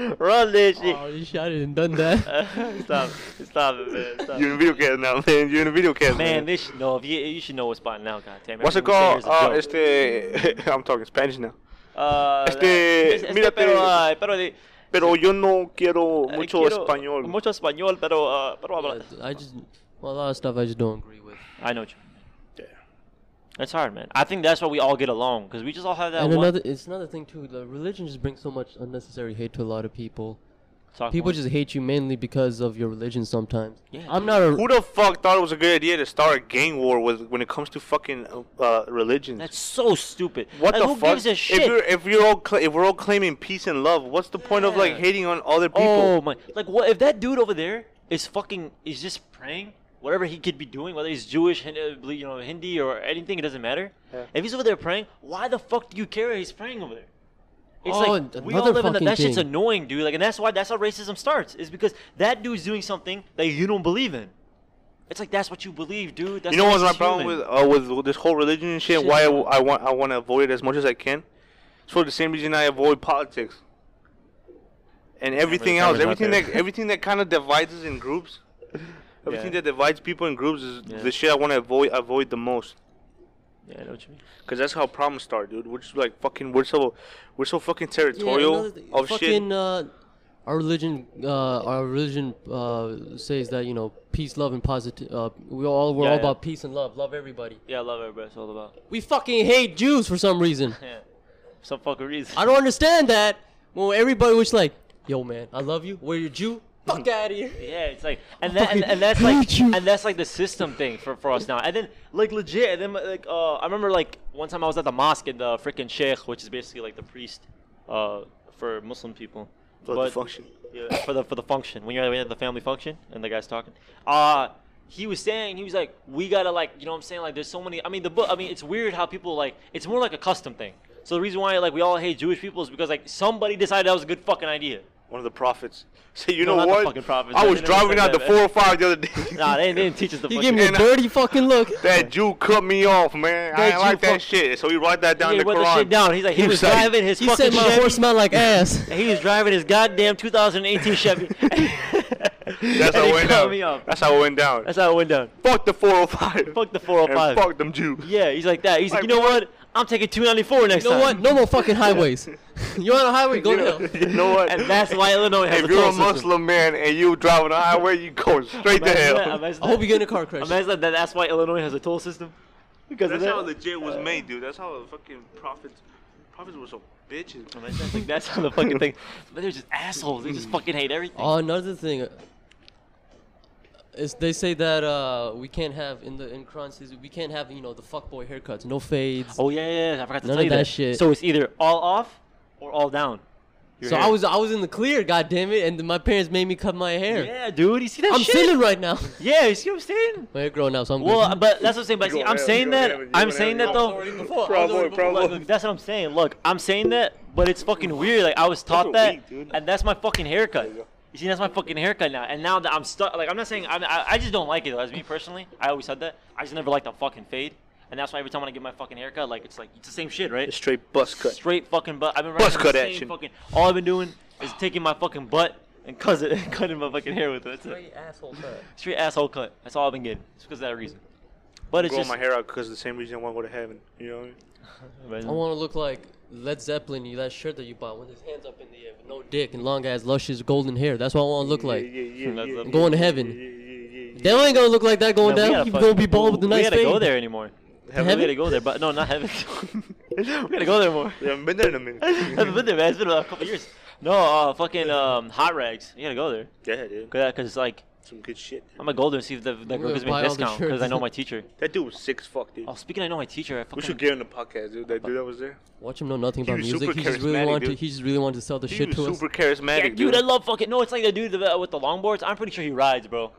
S3: brother. Run this shit.
S4: Oh, you shot it and done that.
S3: stop it. Stop it, man. Stop
S1: You're in
S3: it.
S1: video cam now, man. You're in video cam.
S3: Man, this sh- no, if you, you should know what's by now, God damn it.
S1: What's it
S3: Everything we
S1: called?
S3: say
S1: Uh,
S3: here is a joke.
S1: este. I'm talking Spanish now.
S3: Uh,
S1: este-
S3: that- es- este,
S1: mírate-
S3: pero, ah, pero de-
S1: Pero yo no quiero
S3: eh,
S1: mucho
S3: quiero-
S1: español.
S3: Mucho español, pero, uh, pero habla.
S4: I just well, a lot of stuff I just don't agree with.
S3: I know what you mean. It's hard, man. I think that's why we all get along because we just all have that
S4: and
S3: one.
S4: another, it's another thing too. The religion just brings so much unnecessary hate to a lot of people.
S3: talk
S4: People
S3: point.
S4: just hate you mainly because of your religion. Sometimes.
S3: Yeah,
S4: I'm
S3: dude.
S4: not a.
S1: Who the fuck thought it was a good idea to start a gang war with when it comes to fucking uh, uh, religions?
S3: That's so stupid.
S1: what
S3: Like,
S1: the
S3: who
S1: fuck?
S3: gives a
S1: If you're
S3: shit?
S1: if you're all cla if we're all claiming peace and love, what's the point of like
S3: Yeah.
S1: hating on other
S3: Oh
S1: people?
S3: my! Like, what if that dude over there is fucking is just praying? Whatever he could be doing, whether he's Jewish, Hin- uh, ble- you know, Hindi or anything, it doesn't matter.
S1: Yeah.
S3: If he's over there praying, why the fuck do you care he's praying over there? It's
S4: Oh,
S3: like
S4: and
S3: we all
S4: another
S3: live in that.
S4: fucking
S3: That shit's
S4: thing.
S3: annoying, dude. Like, and that's why that's how racism starts. Is because that dude's doing something that you don't believe in. It's like that's what you believe, dude. That's
S1: you know
S3: what
S1: what's my
S3: makes us
S1: problem
S3: human.
S1: with uh, with this whole religion and shit?
S4: Shit.
S1: Why I, w- I want I want to avoid it as much as I can. It's for the same reason I avoid politics and everything
S3: camera's
S1: else.
S3: not
S1: Everything that
S3: there.
S1: everything that kind of divides us in groups. Everything
S3: Yeah.
S1: that divides people in groups is
S3: Yeah.
S1: the shit I want to avoid avoid the most.
S3: Yeah, I know what you mean.
S1: Cause that's how problems start, dude. We're just like fucking. We're so we're so fucking territorial
S4: another thing-
S1: of
S4: fucking,
S1: shit.
S4: Uh, our religion, uh, our religion uh, says that you know peace, love, and positive. Uh, we all we're
S3: Yeah,
S4: all
S3: yeah.
S4: about peace and love. Love everybody.
S3: Yeah, I love everybody. It's all about.
S4: We fucking hate Jews for some reason.
S3: Yeah. Some fucking reason.
S4: I don't understand that. Well, everybody was like, "Yo, man, I love you. Where you Jew? Fuck out of here."
S3: Yeah, it's like, and that, and, and that's like,
S4: hate you.
S3: and that's like the system thing for, for us now. And then, like, legit. And then, like, uh, I remember like one time I was at the mosque and the freaking sheikh, which is basically like the priest, uh, for Muslim people.
S1: But
S3: But-
S1: the function.
S3: yeah, for the for the function when you're at the family function and the guy's talking uh he was saying he was like we gotta like you know what i'm saying like there's so many i mean the book i mean it's weird how people like it's more like a custom thing so the reason why like we all hate jewish people is because like somebody decided that was a good fucking idea
S1: One of the prophets. Say, you
S3: No,
S1: know
S3: not the
S1: what?
S3: fucking prophets.
S1: I
S3: They
S1: was
S3: didn't even
S1: driving
S3: say
S1: out the
S3: that,
S1: four or five the other day.
S3: nah they, they didn't teach us the
S4: He
S3: fucking
S4: gave me a
S1: And I-
S4: dirty fucking look.
S1: that Jew cut me off, man. I
S3: That
S1: ain't
S3: Jew
S1: like
S3: fuck-
S1: that shit. So he wrote that down
S3: he
S1: in the
S3: wrote
S1: Quran.
S3: the shit down. He's like, he was
S1: like-
S3: driving his
S4: He
S3: fucking
S4: said my
S3: Chevy.
S4: horse smelled like ass.
S3: He was driving his goddamn 2018 Chevy.
S1: That's
S3: That's
S1: how it went down.
S3: Me up.
S1: That's how it went down.
S3: That's how it went down.
S1: fuck the 405.
S3: Fuck the
S1: and
S3: 405.
S1: fuck them Jews.
S3: Yeah, he's like that. He's like,
S1: Like,
S3: you know what? I'm taking 294 next
S4: You know what?
S3: time.
S4: No more fucking highways. you on a highway? Go
S1: You
S4: to
S1: know,
S4: hell.
S1: you know what?
S3: And that's why Illinois has
S1: if
S3: a
S1: you're a
S3: toll system.
S1: Muslim man and you driving on the highway, you going straight to
S3: Imagine that,
S1: hell.
S3: imagine
S4: I hope
S3: that.
S4: you get in a car crash.
S3: Imagine that. That's why Illinois has a toll system. Because of
S1: That's
S3: that.
S1: how legit was made, dude. That's how the fucking prophets, prophets were so bitches.
S3: Imagine that's, like, that's how the fucking thing. But they're just assholes. They just fucking hate everything.
S4: Oh, another thing uh, is they say that uh, we can't have in the in Quran says we can't have you know the fuckboy haircuts, no fades.
S3: oh yeah, yeah, yeah. I forgot to
S4: None
S3: tell
S4: of
S3: you
S4: that shit.
S3: So it's either all off or all down. Your
S4: so I
S3: hair.
S4: was I was in the clear, god damn it, and then my parents made me cut my hair.
S3: Yeah, dude. You see that
S4: I'm
S3: shit?
S4: sinning right now.
S3: Yeah, you see what I'm saying?
S4: My hair growing out, so I'm good.
S3: Well, uh, but that's what I'm saying. But
S1: You
S3: see,
S1: gonna
S3: I'm
S1: have-
S3: saying
S1: you gonna
S3: that.
S1: have it, you
S3: I'm
S1: gonna
S3: saying
S1: have it.
S3: that
S4: I was already
S3: though.
S4: before. I was
S1: Probably,
S4: already before.
S1: probably.
S3: Look, that's what I'm saying. Look, I'm saying that, but it's fucking weird. Like I was taught
S1: are
S3: that,
S1: weak, dude.
S3: and that's my fucking haircut. You see, that's my fucking haircut now. And now that I'm stuck, like I'm not saying I'm, I, I just don't like it. though. As me personally, I always said that. I just never liked a fucking fade. And that's why every time when I get my fucking haircut, like it's like it's the same shit, right?
S1: It's straight bust cut.
S3: Straight fucking butt. I've been
S1: Buzz
S3: riding
S1: cut
S3: the same
S1: action.
S3: Fucking, all I've been doing is taking my fucking butt and cuz it, cutting my fucking hair with it. That's it.
S4: asshole cut.
S3: Straight asshole cut. That's all I've been getting. It's because of that reason. But it's
S1: Grow
S3: just.
S1: my hair out because the same reason I want to go to heaven. You know what I mean?
S3: but-
S4: I want to look like Led Zeppelin. You that shirt that you bought with his hands up in the air with no dick and long ass luscious golden hair. That's what I want to look like.
S1: Yeah, yeah, yeah,
S3: That's
S1: yeah,
S3: up.
S1: yeah,
S4: Hmm. Going to
S1: yeah,
S4: heaven.
S1: yeah, yeah, yeah, yeah.
S4: They ain't gonna look like that going
S3: No, we
S4: down.
S3: gotta
S4: You
S3: fuck-
S4: gonna be bald with a nice
S3: We gotta
S4: fade.
S3: go there anymore.
S1: Heaven?
S3: We gotta go there, but no, not heaven. we gotta go there more.
S1: We haven't been there in a minute.
S3: I haven't been there, man. It's been a couple years. No, uh, fucking um, hot rags. You gotta go there.
S1: yeah, dude.
S3: Cause, uh, cause like
S1: Some good shit.
S3: I'm gonna go there and see if the, the girl
S4: gonna
S3: gives me a
S4: buy all the
S3: discount. Cause I know
S4: shirts.
S3: my teacher.
S1: That dude was six fuck, dude.
S3: Oh, speaking, of I know my teacher. I fucking.
S1: we should get on the podcast, dude. That dude that was there.
S4: Watch him know nothing
S1: He
S4: about
S1: was
S4: music.
S1: super
S4: He just really
S1: charismatic,
S4: wanted. To,
S1: dude.
S4: he just really wanted to sell the
S1: He
S4: shit
S1: was
S4: to us.
S1: super charismatic,
S3: Yeah, dude, I love fucking. No, it's like that dude the- uh, with the longboards. I'm pretty sure he rides, bro.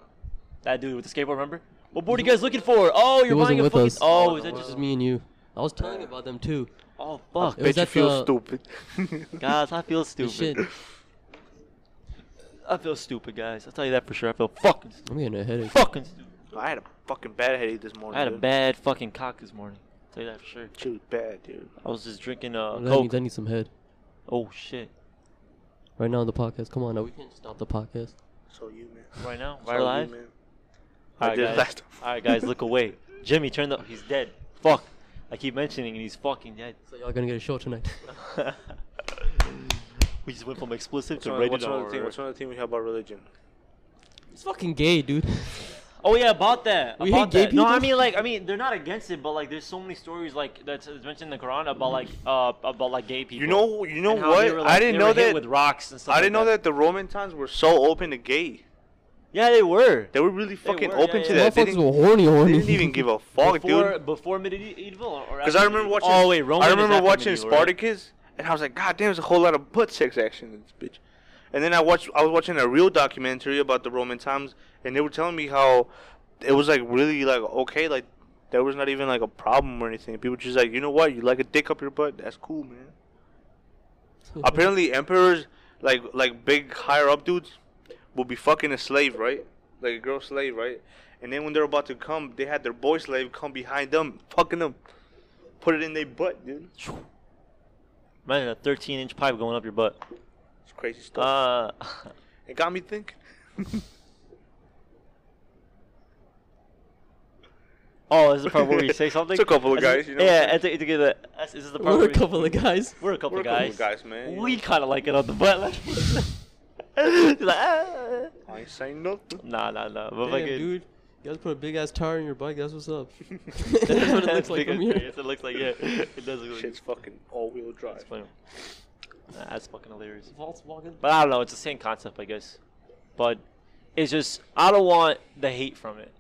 S3: That dude with the skateboard. Remember? What board are you guys looking for? Oh,
S4: He
S3: you're buying
S4: wasn't
S3: a
S4: with
S3: fucking.
S4: us.
S3: Oh, is
S4: it
S3: that
S4: was
S3: just
S4: just
S3: me?
S4: me and you. I was telling you about them too.
S3: Oh fuck,
S4: It was
S1: Bet you
S4: at
S1: feel
S4: the-
S1: stupid.
S3: guys, I feel
S4: Good
S3: stupid.
S4: shit.
S3: I feel stupid, guys. I'll tell you that for sure. I feel fucking, stu-
S4: I'm getting a headache.
S3: fucking stupid.
S1: I had a fucking bad headache this morning.
S3: I had a
S1: dude.
S3: bad fucking cock this morning. I'll tell you that for sure.
S1: She was bad, dude.
S3: I was just drinking uh
S4: I
S3: coke.
S4: need, I need some head
S3: Oh shit!
S4: right now on the podcast. Come on, now we can't stop the podcast.
S1: So you, man.
S3: Right now,
S1: So
S3: right
S1: you,
S3: live.
S1: man.
S3: All
S1: I
S3: right,
S1: did
S3: guys.
S1: it last time.
S3: All right, guys. Look away. Jimmy turned up. He's dead. Fuck. I keep mentioning, and he's fucking dead.
S4: So y'all gonna get a show tonight.
S3: we just went from explicit
S1: What's
S3: to
S1: another-
S3: rated
S1: What's another
S3: R.
S1: thing? What's another thing we have about religion?
S4: it's fucking gay, dude.
S3: Oh yeah, about that.
S4: We hate
S3: about
S4: gay
S3: that. No, I
S4: people?
S3: mean like I mean they're not against it, but like there's so many stories like that's it's mentioned in the Quran about like uh about like gay people.
S1: You know, you know
S3: and how
S1: what?
S3: they were, like-
S1: I didn't
S3: they
S1: know
S3: were hit
S1: that.
S3: with rocks and stuff.
S1: I
S3: like
S1: didn't know that the Roman times were so open to gay.
S3: Yeah, they were.
S1: They were really fucking
S3: were,
S1: open
S3: yeah,
S1: to
S3: yeah.
S1: that. They
S4: Motherfuckers
S1: didn't,
S4: were horny,
S1: they
S4: horny.
S1: didn't even give a fuck,
S3: before
S1: dude.
S3: before medieval or- or
S1: Because I remember watching.
S3: Oh wait, Roman.
S1: I
S3: is
S1: remember
S3: after
S1: watching
S3: medieval, right?
S1: Spartacus, and I was like, God damn, there's a whole lot of butt sex action in this bitch. And then I watched. I was watching a real documentary about the Roman times, and they were telling me how it was like really like okay, like there was not even like a problem or anything. People just like, you know what, you like a dick up your butt, that's cool, man. Apparently, emperors like like big higher up dudes will be fucking a slave, right? Like a girl slave, right? And then when they're about to come, they had their boy slave come behind them, fucking them, put it in their butt, dude.
S3: Imagine a 13 inch pipe going up your butt.
S1: It's crazy stuff.
S3: Uh,
S1: it got me thinking.
S3: oh, is this the part where you say something?
S1: It's a couple of
S3: That's-
S1: guys, you know what
S3: yeah,
S1: I'm
S3: I think to get the. uh, that's- This is the part.
S4: We're
S3: where
S4: a couple of guys.
S3: We're a couple
S1: We're a
S3: of
S1: couple
S3: guys.
S1: of guys, man.
S3: We
S1: you
S3: kind of like it on the butt. Like, It's like, ah.
S1: know. I ain't saying nothing.
S3: Nah, nah, nah. But
S4: Damn,
S3: fucking-
S4: dude. You guys put a big ass ttar in your bike. That's what's up. That's what it looks like
S3: Because-
S4: from here.
S3: yes, it looks like yeah. It does look like
S1: Shit's fucking all-wheel drive.
S3: it's funny. Nah, that's fucking hilarious.
S4: Volkswagen.
S3: But I don't know. It's the same concept, I guess. But it's just I don't want the hate from it.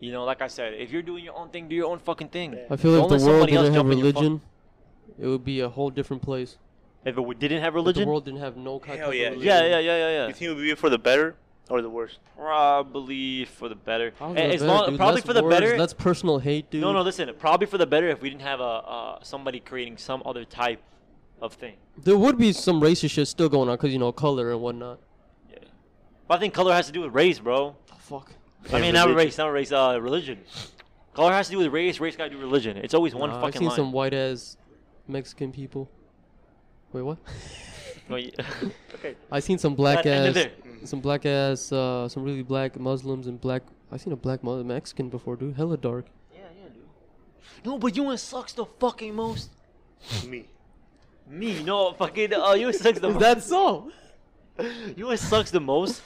S3: You know, like I said, if you're doing your own thing, do your own fucking thing.
S4: I feel
S3: Don't
S4: like if the
S3: let
S4: world
S3: somebody else
S4: didn't have
S3: jump in your fuck-
S4: religion, it would be a whole different place.
S3: If it w- didn't have
S4: If
S3: religion,
S4: the world didn't have no kind
S1: Hell
S4: of
S1: yeah.
S4: religion.
S3: yeah, yeah, yeah, yeah, yeah.
S1: You think it would be for the better or the worse?
S3: Probably for the better.
S4: Probably,
S3: A-
S4: the
S3: as
S4: better,
S3: long,
S4: dude.
S3: probably
S4: Less
S3: for the
S4: wars,
S3: better.
S4: Less personal hate, dude.
S3: No, no, listen. Probably for the better if we didn't have a uh, somebody creating some other type of thing.
S4: There would be some racist shit still going on because you know color and whatnot.
S3: Yeah. But I think color has to do with race, bro.
S4: Oh, fuck.
S3: I
S1: And
S3: mean, not
S1: religion.
S3: race, not race, uh, religion. Color has to do with race, race got to do with religion. It's always one
S4: Nah,
S3: fucking
S4: I've seen
S3: line.
S4: some white ass Mexican people. Wait, what?
S3: No, you- okay.
S4: I seen some black
S3: That ended
S4: ass,
S3: there.
S4: some black ass, uh, some really black Muslims and black. I seen a black Mu- Mexican before, dude. Hella dark.
S3: Yeah, yeah, dude. No, but you know what sucks the fucking most?
S1: Me.
S3: Me, no, fucking, uh, you know what sucks the most?
S4: That's so?
S3: You know what sucks the most?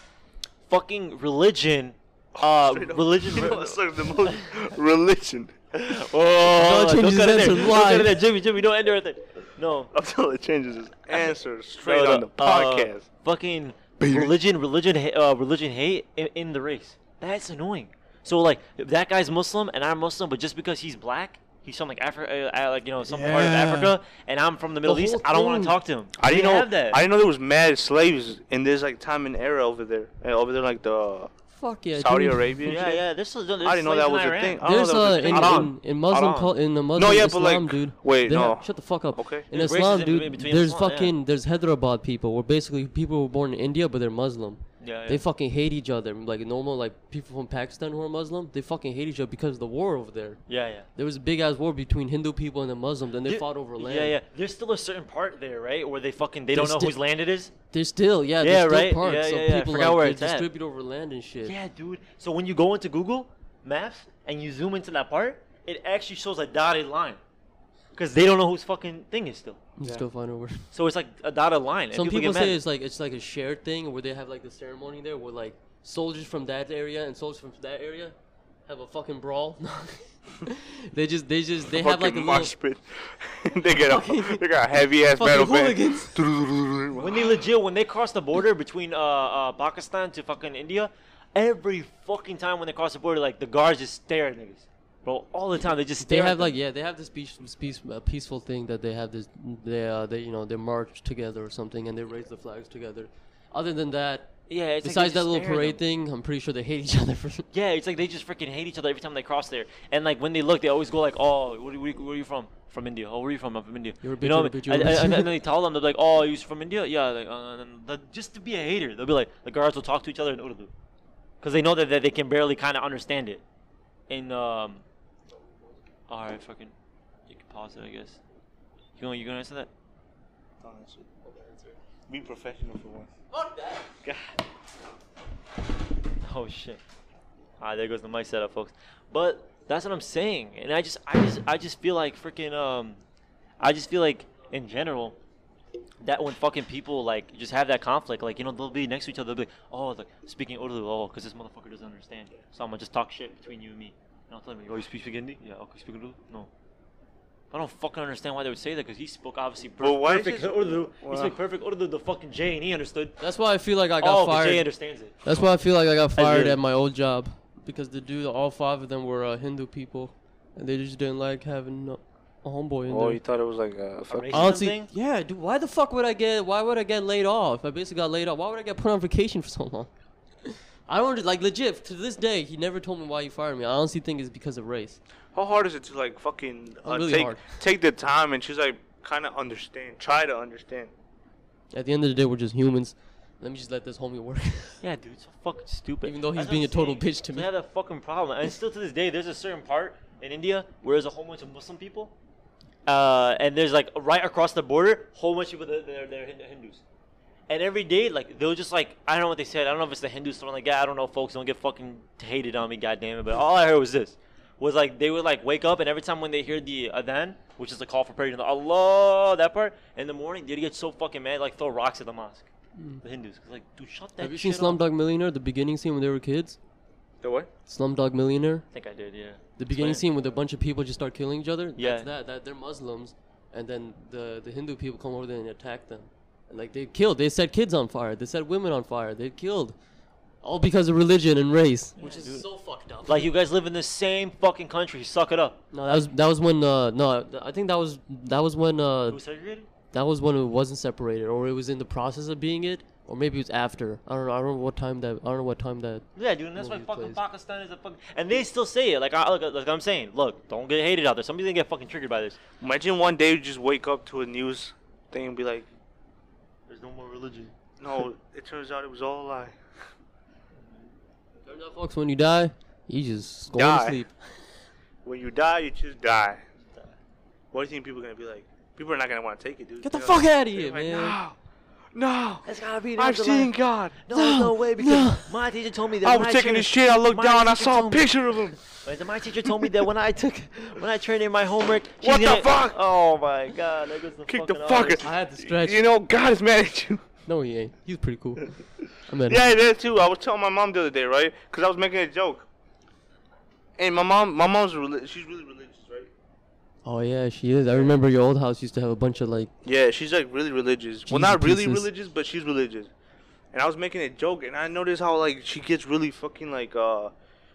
S3: fucking religion. Uh,
S1: Straight up.
S3: religion.
S1: You know what sucks the most? religion. I'm
S3: Oh,
S4: Don't change
S3: don't
S4: his
S3: cut it there.
S4: answer
S3: Don't cut it
S4: live.
S3: there, Jimmy. Jimmy, don't end it right there. No.
S1: telling it changes his answer
S3: no,
S1: straight
S3: no,
S1: on the
S3: uh,
S1: podcast.
S3: fucking religion, religion, ha- uh, religion hate in, in the race. That's annoying. So like, if that guy's Muslim and I'm Muslim, but just because he's black, he's from like Africa, uh, uh, like you know, some part of
S2: Yeah.
S3: Africa, and I'm from the Middle East,
S4: whole
S3: I don't want
S4: thing.
S3: to talk to him.
S1: I
S3: We
S1: didn't know.
S3: have that.
S1: I didn't know there was mad slaves in this like time and era over there. Eh, over there, like the
S4: Fuck yeah.
S1: Saudi
S4: dude.
S1: Arabia. and
S3: yeah,
S1: shit.
S3: yeah. This was. This
S1: I didn't know that was a thing. I don't know
S4: There's
S1: that
S4: uh,
S1: was a
S4: in,
S1: thing. Iran.
S4: in, in Muslim
S1: Iran.
S4: cul- in the Muslim
S1: No, yeah, but,
S4: Islam,
S1: like,
S4: dude.
S1: wait,
S4: they
S1: no.
S4: Have, shut the fuck up.
S1: Okay.
S4: In
S3: There's
S4: Islam,
S3: racism
S4: dude,
S3: in between
S4: there's
S3: Islam, yeah.
S4: fucking there's Hyderabad people. Where basically people were born in India, but they're Muslim.
S3: Yeah,
S4: They
S3: yeah.
S4: fucking hate each other. Like normal, like people from Pakistan who are Muslim, they fucking hate each other because of the war over there.
S3: yeah, yeah.
S4: There was a big ass war between Hindu people and the Muslims, and they
S3: There-
S4: fought over land.
S3: Yeah, yeah. There's still a certain part there, right, where they fucking they
S4: There's
S3: don't know
S4: sti-
S3: whose land it is.
S4: There's still, yeah,
S3: Yeah,
S4: there's still
S3: right?
S4: parts
S3: Yeah,
S4: of
S3: yeah, yeah.
S4: people
S3: Forgot
S4: like,
S3: where
S4: they
S3: it's at.
S4: distribute over land and shit.
S3: Yeah, dude. So when you go into Google Maps and you zoom into that part, it actually shows a dotted line, because they don't know whose fucking thing is still.
S4: You still find over.
S3: So it's like a dotted line. And
S4: Some
S3: people,
S4: people
S3: get mad.
S4: say it's like it's like a shared thing where they have like the ceremony there where like soldiers from that area and soldiers from that area have a fucking brawl. they just they just they have like a
S1: Fucking
S4: little,
S1: mosh pit. they get a they got a heavy ass
S4: fucking
S1: metal band.
S4: hooligans.
S3: when they legit when they cross the border between uh, uh Pakistan to fucking India, every fucking time when they cross the border, like the guards just stare at niggas, bro. All the time they just
S4: they
S3: stare.
S4: have
S3: at
S4: like
S3: them.
S4: yeah they have this peace, peace uh, peaceful thing that they have this they uh, they you know they march together or something and they raise the flags together. Other than that,
S3: yeah. It's like they
S4: besides that
S3: just
S4: little
S3: stare at
S4: parade
S3: them.
S4: thing, I'm pretty sure they hate each other for.
S3: Yeah, it's like they just freaking hate each other every time they cross there. And like when they look, they always go like, "Oh, where, where, where are you from? From India? Oh, where are you from? I'm from India."
S4: You're a
S3: you
S4: bitch,
S3: know,
S4: you're a
S3: what I
S4: bitch,
S3: mean?
S4: you're a
S3: and,
S4: bitch.
S3: and, and then they tell them, they're like, "Oh, you're from India? Yeah." Like, uh, and the, just to be a hater, they'll be like, the guards will talk to each other in Urdu, because they know that, that they can barely kind of understand it. And um, all right, fucking, you can pause it, I guess. You gonna you gonna answer that?
S1: Be professional for once.
S3: Oh shit. Ah, there goes the mic setup, folks. But that's what I'm saying, and I just, I just, I just feel like freaking, um, I just feel like in general that when fucking people like just have that conflict, like you know they'll be next to each other, they'll be like, oh, like speaking Urdu, oh, because this motherfucker doesn't understand, so I'm gonna just talk shit between you and me, and I'll tell him, oh, you speak speak Hindi? Yeah, okay, speak Urdu? No. I don't fucking understand why they would say that because he spoke obviously per-
S1: Well, why is
S3: perfect
S1: this-
S3: Urdu.
S1: Wow.
S3: He spoke perfect Urdu, the fucking J, and he understood.
S4: That's why I feel like I got
S3: Oh, 'cause
S4: fired.
S3: Jay understands it.
S4: That's why I feel like I got fired
S3: really-
S4: at my old job because the dude, all five of them were uh, Hindu people, and they just didn't like having a a homeboy in
S1: Oh,
S4: there.
S1: you thought it was like a fuck.
S3: Racism
S4: Honestly,
S3: thing?
S4: yeah, dude, why the fuck would I get? Why would I get laid off? I basically got laid off. Why would I get put on vacation for so long? I don't under- like legit to this day. He never told me why he fired me. I honestly think it's because of race.
S1: How hard is it to like fucking uh,
S4: Really
S1: take
S4: hard.
S1: take the time and she's like kind of understand, try to understand.
S4: At the end of the day, we're just humans. Let me just let this homie work.
S3: Yeah, dude, so fucking stupid.
S4: Even though he's
S3: That's
S4: being
S3: what
S4: a total
S3: I'm
S4: bitch to
S3: They
S4: me.
S3: have that fucking problem, and still to this day, there's a certain part in India where there's a whole bunch of Muslim people, uh, and there's like right across the border, whole bunch of people that they're, they're Hin- Hindus, and every day like they'll just like I don't know what they said. I don't know if it's the Hindus something like that. I don't know, folks. Don't get fucking hated on me, goddamn it. But all I heard was this. Was like they would like wake up and every time when they hear the adhan, which is the call for prayer, you know, Allah, that part, in the morning they'd get so fucking mad, like throw rocks at the mosque, the Hindus. 'Cause, like, dude, shut that.
S4: Hmm. Have you seen
S3: shit up.
S4: Slumdog Millionaire? The beginning scene when they were kids.
S1: The what?
S4: Slumdog Millionaire.
S3: I think I did, yeah.
S4: The beginning
S3: Explain
S4: scene with a bunch of people just start killing each other.
S3: Yeah.
S4: That's that. That they're Muslims, and then the the Hindu people come over there and attack them. And like they killed. They set kids on fire. They set women on fire. They killed, all because of religion and race, which is so fucked up.
S3: it. Like you guys live in the same fucking country. Suck it up.
S4: no, that was that was when uh no, th- I think that was that was when uh
S3: Who segregated?
S4: that was when it wasn't separated, or it was in the process of being it, or maybe it was after. I don't know. I don't know what time that. I don't know what time that.
S3: Yeah, dude. And that's why
S4: Movie
S3: fucking
S4: plays.
S3: Pakistan is a fucking. And they still say it. Like, I, like, like I'm saying, look, don't get hated out there. Somebody's gonna get fucking triggered by this.
S1: Imagine one day you just wake up to a news thing and be like,
S3: There's no more religion.
S1: no, it turns out it was all a lie.
S4: Turns out, folks, when you die, you just go
S1: Die.
S4: to sleep.
S1: When you die, you just die. What do you think people are gonna be like? People are not gonna want to take it, dude.
S4: Get the
S1: They're
S4: fuck
S1: like-
S4: out of here,
S1: they're like,
S4: man.
S1: No,
S3: That's gotta be.
S1: no, I've seen God.
S3: No,
S4: No,
S3: no,
S4: no
S3: way. Because
S4: no.
S3: my teacher told me that.
S1: I
S3: when
S1: was taking
S3: trained-
S1: this shit. I looked
S3: my
S1: down. I
S3: teacher
S1: saw a
S3: told me-
S1: picture of him.
S3: Wait, My teacher told me that when I took, when I trained in my homework. she's
S1: What the
S3: gonna-
S1: fuck?
S3: Oh my god. That goes the
S1: Kick the
S3: fucking
S1: fucker.
S3: audience.
S4: I had to stretch.
S1: You know, God is mad at you.
S4: No, he ain't. He's pretty cool. I met him.
S1: Yeah, that too. I was telling my mom the other day, right? Because I was making a joke. And my mom, my mom's reli- she's really religious, right?
S4: Oh yeah, she is. I remember your old house used to have a bunch of like.
S1: Yeah, she's like really religious. well,
S4: Jeez
S1: not really
S4: pieces.
S1: religious, but she's religious. And I was making a joke, and I noticed how like she gets really fucking like uh,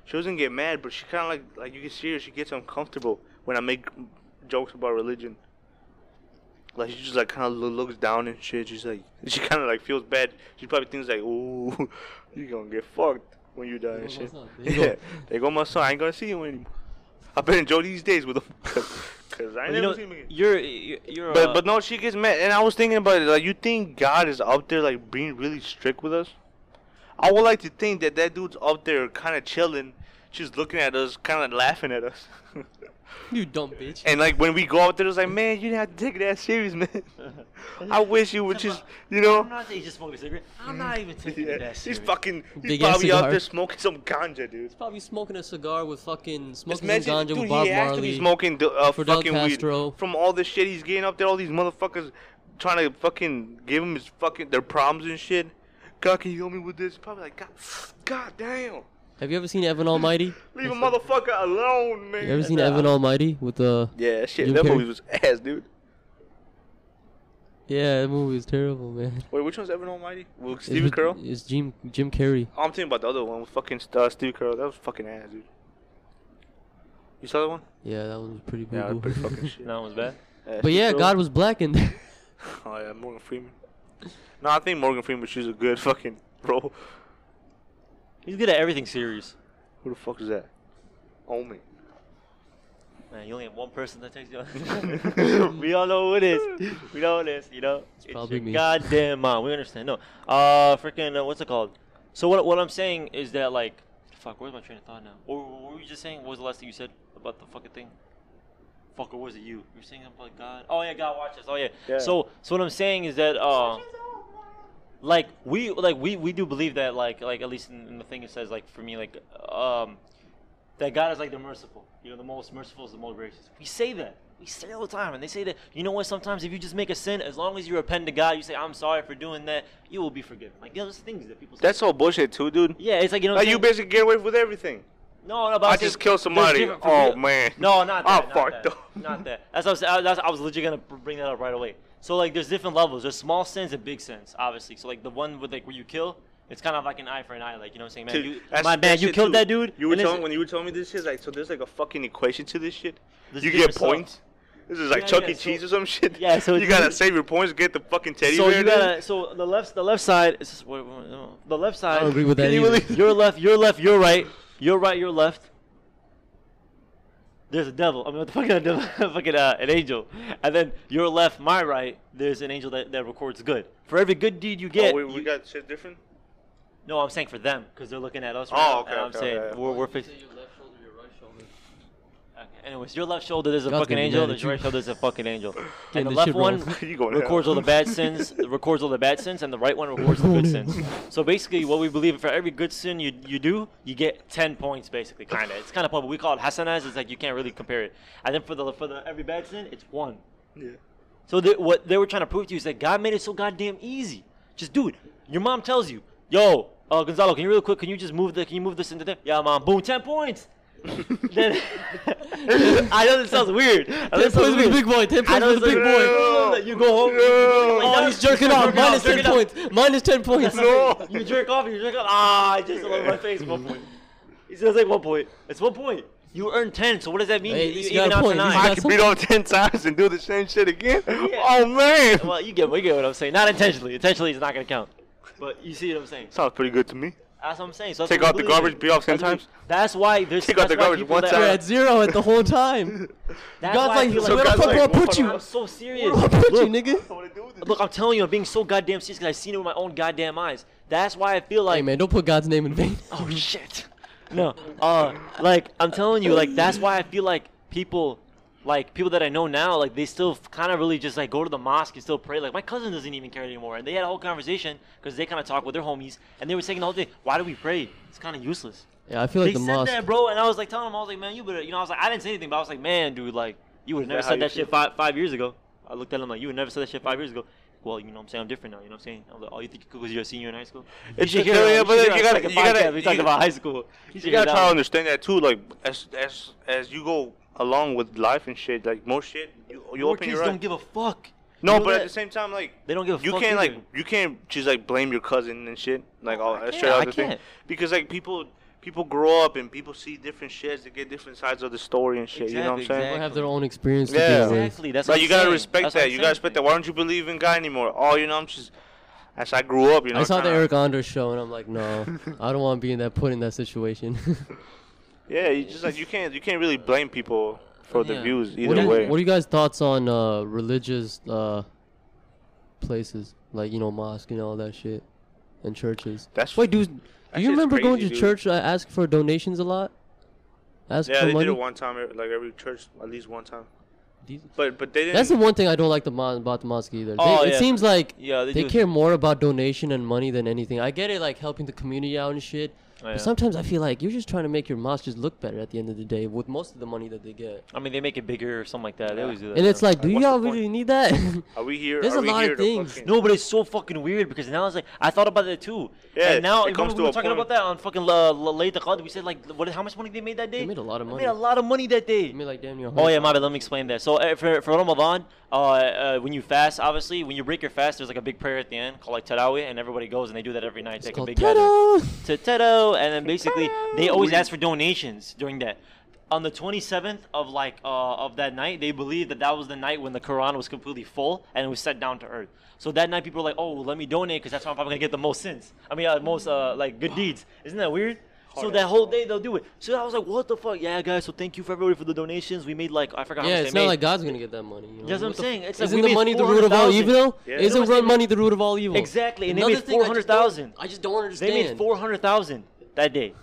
S1: she doesn't get mad, but she kind of like like you can see her. She gets uncomfortable when I make jokes about religion. Like she just like kind of looks down and shit. She's like she kind of like feels bad. She probably thinks like, "Ooh, you gonna get fucked when you die and
S4: There
S1: shit."
S4: goes my son. There you
S1: Yeah,
S4: go.
S1: there go my son. I ain't gonna see him anymore. I better enjoy these days with him, cause, 'cause I ain't
S3: You
S1: never
S3: know,
S1: see him again.
S3: you're, you're, you're
S1: But
S3: uh,
S1: but no, she gets mad, and I was thinking about it. Like, you think God is up there, like being really strict with us? I would like to think that that dude's up there, kind of chilling, just looking at us, kind of laughing at us.
S4: You dumb bitch.
S1: and like when we go out there, it's like, man, you didn't have to take it that serious, man. I wish you would just, you
S3: I'm
S1: know.
S3: not saying he just smoked a cigarette. I'm not even taking
S1: Oh. Mm. Yeah,
S3: it that
S1: he's
S3: serious.
S1: fucking. He's
S4: Big ass
S1: probably out
S4: cigar.
S1: there smoking some ganja, dude.
S4: Probably smoking a cigar with fucking
S1: Just
S4: smoking some
S1: imagine,
S4: ganja
S1: dude,
S4: with
S1: he
S4: Bob
S1: has to
S4: Marley.
S1: be smoking the, uh,
S4: Fidel
S1: fucking
S4: Castro.
S1: weed from all the shit he's getting up there. All these motherfuckers trying to fucking give him his fucking their problems and shit. God, can you help me with this? Probably like, God, God damn,
S4: Have you ever seen Evan Almighty?
S1: leave a motherfucker alone, man.
S4: You ever seen Evan Almighty with the?
S1: Yeah, shit,
S4: Jim
S1: that
S4: Carrey?
S1: movie was ass, dude.
S4: Yeah, that movie was terrible, man.
S1: Wait, which one's Evan Almighty? With
S4: It's
S1: Steve
S4: with-
S1: Carell?
S4: It's Jim Jim Carrey.
S1: Oh, I'm thinking about the other one with fucking uh, Steve Carell. That was fucking ass, dude. You saw that one?
S4: Yeah, that one was pretty
S1: Yeah, that
S4: boo-boo.
S1: was pretty fucking shit.
S3: That one was bad.
S4: But yeah, God was black in there.
S1: Oh yeah, Morgan Freeman. No, I think Morgan Freeman chooses a good fucking role.
S3: He's good at everything serious.
S1: Who the fuck is that? Omen.
S3: Man, you only have one person that takes you. we all know who it is. We know who it is. You know, it's,
S4: probably
S3: your
S4: me.
S3: goddamn mom. We understand. No, uh, freaking, uh, what's it called? So what? What I'm saying is that like, fuck. Where's my train of thought now? Or what were you just saying? What was the last thing you said about the fucking thing? Fuck, or was it you? You were saying about God. Oh yeah, God watch us. Oh yeah.
S1: Yeah.
S3: So, so what I'm saying is that uh, like we like we we do believe that like like at least in, in the thing it says like for me like um that God is like the merciful. You know, the most merciful is the most gracious. We say that. We say it all the time. And they say that, you know what, sometimes if you just make a sin, as long as you repent to God, you say, I'm sorry for doing that, you will be forgiven. Like, you know, those things that people say.
S1: That's all bullshit too, dude.
S3: yeah, it's like, you know, what
S1: Like
S3: I'm
S1: you
S3: saying?
S1: basically get away with everything.
S3: No, no, but
S1: I
S3: I'm saying
S1: just killed
S3: there's
S1: somebody.
S3: different for
S1: Oh,
S3: real-
S1: man.
S3: No, not
S1: I
S3: that. not
S1: fucked
S3: that.
S1: up.
S3: Not that. That's what I was, I, that's, I was legit gonna pr- bring that up right away. So like, there's different levels. There's small sins and big sins, obviously. So like, the one with like where you kill, it's kind of like an eye for an eye. Like you know what I'm saying, man?
S1: Dude,
S3: You,
S1: that's-
S3: my man,
S1: that
S3: you
S1: shit,
S3: killed
S1: too.
S3: that dude.
S1: You were
S3: and it's-
S1: telling when you were telling me this shit, like so there's like a fucking equation to this shit.
S3: There's
S1: you
S3: different
S1: get
S3: stuff.
S1: points. This is like
S3: Yeah,
S1: Chuck
S3: yeah,
S1: E.
S3: so-
S1: Cheese or some shit.
S3: Yeah, so
S1: you
S3: it's-
S1: gotta save your points, get the fucking teddy
S3: so
S1: bear. Oh,
S3: you
S1: dude.
S3: gotta so the left the left side is wait, wait, wait, no. the left side.
S4: I don't agree with that
S1: Can you
S4: either.
S1: really-
S3: You're left, you're left, you're right, you're right, you're left. There's a devil. I mean, what the fuck is a devil? fucking uh, an angel. And then your left, my right. There's an angel that, that records good. For every good deed you get,
S1: oh, we, we
S3: you-
S1: got shit different.
S3: no, I'm saying for them because they're looking at us. Right
S1: Oh,
S3: now,
S1: okay,
S3: and I'm
S1: okay,
S3: saying
S1: okay, okay.
S3: we're we're.
S4: You
S3: fix-
S4: say your left shoulder, your right shoulder.
S3: Okay, Anyways, your left shoulder there's a
S4: God's
S3: fucking
S4: gonna be
S3: angel.
S4: mad
S3: The
S4: at you.
S3: right shoulder there's a fucking angel.
S4: Getting
S3: And the
S4: this
S3: left
S4: shit
S3: one
S4: wrong.
S1: You going to
S3: records
S1: hell.
S3: all the bad sins. Records all the bad sins, and the right one records the good sins. So basically, what we believe for every good sin you you do, you get ten points. Basically, kind of. It's kind of public. We call it hasanas. It's like you can't really compare it. And then for the for the every bad sin, it's one.
S1: Yeah.
S3: So they, what they were trying to prove to you is that God made it so goddamn easy. Just do it. Your mom tells you, "Yo, uh, Gonzalo, can you real quick? Can you just move the? Can you move this into there? Yeah, mom. Boom, ten points." then I know this sounds weird. I know
S4: Ten
S3: this
S4: points
S3: sounds
S4: with
S3: weird.
S4: big boy. Ten points
S3: I know
S4: with
S3: this
S4: big
S3: sounds
S4: boy.
S3: weird.
S1: No.
S3: You go home.
S1: No.
S3: you're like,
S4: Oh,
S3: "No,
S4: he's jerking
S3: jerk
S4: off. Minus
S3: jerk
S4: ten
S3: it off."
S4: points. Minus ten points.
S1: No.
S3: You jerk off. You jerk off. Ah, I just on my face. One point. It's just like one point. It's one point. You earn ten. So what does that mean?
S4: Hey, at
S3: you
S4: least
S3: you
S4: you got
S3: even
S4: a point.
S3: out to
S4: At least
S3: nine.
S4: you got
S1: I could beat all ten times and do the same shit again. Oh man,
S3: Well, you get, you get what I'm saying. Not intentionally. Intentionally, it's not gonna count. But you see what I'm saying.
S1: sounds pretty good to me.
S3: That's what I'm saying. So that's
S1: Take
S3: what
S1: out
S3: we
S1: the
S3: believe
S1: garbage,
S3: in.
S1: beat off ten
S3: That's what we-
S1: times.
S3: That's why there's.
S1: Take out the
S3: that's why
S1: garbage
S3: people
S1: one
S3: that-
S1: time.
S4: You're at zero at the whole time.
S3: That's
S4: God's
S3: why I
S4: like,
S3: feel
S4: where the
S1: God's
S4: fuck do I
S1: like, what
S4: put
S1: the
S4: you?
S3: I'm
S4: Where
S3: so
S4: do
S3: serious.
S4: I put you,
S3: Look,
S4: nigga?
S3: look, I'm telling you, I'm being so goddamn serious because I've seen it with my own goddamn eyes. That's why I feel
S4: Hey
S3: like,
S4: man, don't put God's name in vain.
S3: oh shit. No, uh, like I'm telling you, like that's why I feel like people, like people that I know now, like they still kind of really just like go to the mosque and still pray. Like my cousin doesn't even care anymore, and they had a whole conversation because they kind of talked with their homies, and they were saying the whole day, why do we pray? It's kind of useless.
S4: Yeah, I feel like
S3: they
S4: the
S3: said
S4: mosque.
S3: that, bro, and I was like telling him, I was like, man, you better, you know, I was like, I didn't say anything, but I was like, man, dude, like, you would have never
S1: that how
S3: said
S1: you
S3: that
S1: feel?
S3: shit five, five years ago. I looked at him like, you would never said that shit five years ago. Well, you know what I'm saying? I'm different now. You know what I'm saying? I was like, oh, you think because you're a senior in high school? You
S1: It's
S3: should
S1: the-
S3: hear
S1: yeah,
S3: it.
S1: but you
S3: You
S1: gotta-
S3: gotta,
S1: you gotta-
S3: We
S1: you
S3: talked
S1: gotta-
S3: about high school. should
S1: You
S3: hear
S1: gotta
S3: that
S1: try to
S3: one.
S1: understand that too. Like as as as you go along with life and shit, like more shit, you you
S3: More
S1: open
S3: kids
S1: your eyes.
S3: don't give a fuck.
S1: no,
S3: You know
S1: but at
S3: that?
S1: the same time, like
S3: They don't give a
S1: you
S3: fuck
S1: can't
S3: either.
S1: like you can't just like blame your cousin and shit. Like all
S3: I
S1: straight
S3: can't,
S1: out
S3: I
S1: the thing,
S3: can't.
S1: because like people people grow up and people see different shits. They get different sides of the story and shit. you know what I'm
S3: Exactly,
S1: saying?
S4: They
S3: exactly.
S4: have their own experience. to
S1: Yeah.
S4: deal with.
S3: Exactly. That's
S1: Like
S3: what
S1: you
S3: I'm
S1: gotta
S3: saying.
S1: respect
S3: That's what
S1: that.
S3: I'm
S1: You gotta
S3: saying.
S1: respect that. Why don't you believe in God anymore? Oh, you know I'm just as I grew up. You know
S4: I saw the
S1: kinda-
S4: Eric Andre show and I'm like, no, I don't want to be in that put in that situation.
S1: Yeah, you just like you can't you can't really blame people for the
S4: Yeah.
S1: views either
S4: what, are you,
S1: way.
S4: what are you guys' thoughts on uh, religious uh, places like you know mosque and all that shit? and churches.
S1: That's-
S4: wait, do, do
S1: that
S4: you
S1: shit's
S4: remember going to
S1: crazy, dude.
S4: church? I asked for donations a lot. Ask
S1: Yeah,
S4: for
S1: they
S4: money.
S1: did it one time, ev- like every church, at least one time.
S4: These-
S1: But but they didn't.
S4: That's the one thing I don't like the mo- about the mosque either. They-
S3: Oh,
S4: It
S3: yeah.
S4: seems like
S3: Yeah, they
S4: they
S3: do.
S4: care more about donation and money than anything. I get it, like helping the community out and shit.
S3: Oh, yeah.
S4: But sometimes I feel like you're just trying to make your mosque just look better at the end of the day with most of the money that they get.
S3: I mean, they make it bigger or something like that. They always do that.
S4: And it's
S3: yeah.
S4: like, do
S1: What's the
S4: y'all
S1: point?
S4: really need that?
S1: are we here?
S4: There's
S1: are
S4: a
S1: we
S4: lot
S1: here
S4: of
S1: to
S4: things.
S1: fucking-
S3: no, but it's so fucking weird because now it's like I thought about that too.
S1: Yeah,
S3: and now
S1: it
S3: remember
S1: comes to
S3: we
S1: a
S3: were talking
S1: point-
S3: about that on fucking uh, La Late Qadr. We said like, what? How much money they made that day?
S4: made a lot of
S3: They made a
S4: money.
S3: lot of money that day.
S4: I mean, like, damn, you
S3: Oh yeah, my bad. Let me explain that. So uh, for, for Ramadan, uh, uh, when you fast, obviously when you break your fast, there's like a big prayer at the end called like Tarawih, and everybody goes and they do that every night. It's like a
S4: called
S3: big gathering.
S4: "Ta-da!"
S3: To Teto, and then basically they always ask for donations during that. On the 27th of like uh, of that night, they believe that that was the night when the Quran was completely full and it was set down to earth. So that night, people were like, "Oh, well, let me donate because that's how I'm probably gonna get the most sins. I mean, uh, most uh, like good deeds. Isn't that weird?" So that whole day they'll do it. So I was like, "What the fuck, yeah, guys." So thank you for everybody for the donations. We made like I forgot. how
S4: Yeah,
S3: much
S4: it's
S3: they
S4: not
S3: made.
S4: like God's gonna get that money. You know?
S3: That's what I'm
S4: the
S3: saying. It's like
S4: isn't
S3: we
S4: the
S3: made
S4: money the root of all
S3: 400,000.
S4: evil?
S1: Yeah.
S4: Isn't
S3: Otherwise they
S4: run
S3: made-
S4: money the root of all evil?
S3: Exactly, and they
S4: Another
S3: made
S4: thing I just don't-
S3: 400,000.
S4: I just don't understand.
S3: They made four hundred thousand that day.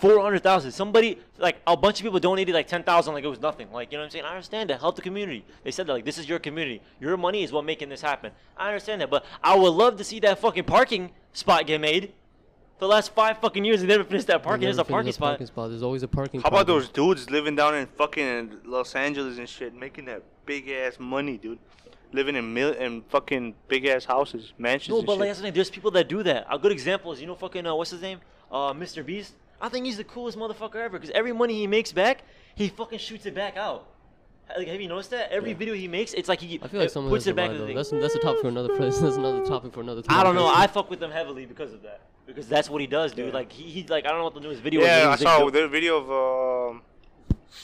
S3: Four hundred thousand. Somebody like a bunch of people donated like ten thousand, like it was nothing. Like you know what I'm saying? I understand that. Help the community. They said that like this is your community. Your money is what making this happen. I understand that, but I would love to see that fucking parking spot get made. The last five fucking years they never finished that parking. There's a parking spot.
S4: There's always a parking.
S1: How about
S4: problem.
S1: those dudes living down in fucking Los Angeles and shit, making that big ass money, dude? Living in mil- in fucking big ass houses, mansions.
S3: No,
S1: and
S3: but
S1: shit.
S3: like that's the thing. There's people that do that. A good example is you know fucking uh, what's his name? Uh, Mr. Beast. I think he's the coolest motherfucker ever because every money he makes back, he fucking shoots it back out. Like, have you noticed that? Every video he makes, it's like he
S4: I feel like
S3: it
S4: someone
S3: puts
S4: puts
S3: it back in
S4: though.
S3: the
S4: That's
S3: thing.
S4: that's a top for another place. That's another topic for another.
S3: I don't know. I
S4: topic.
S3: fuck with him heavily because of that. Because that's what he does, dude. Like he, he like I don't know what the newest video.
S1: yeah, I
S3: is, but he was,
S1: saw
S3: like,
S1: the video of um,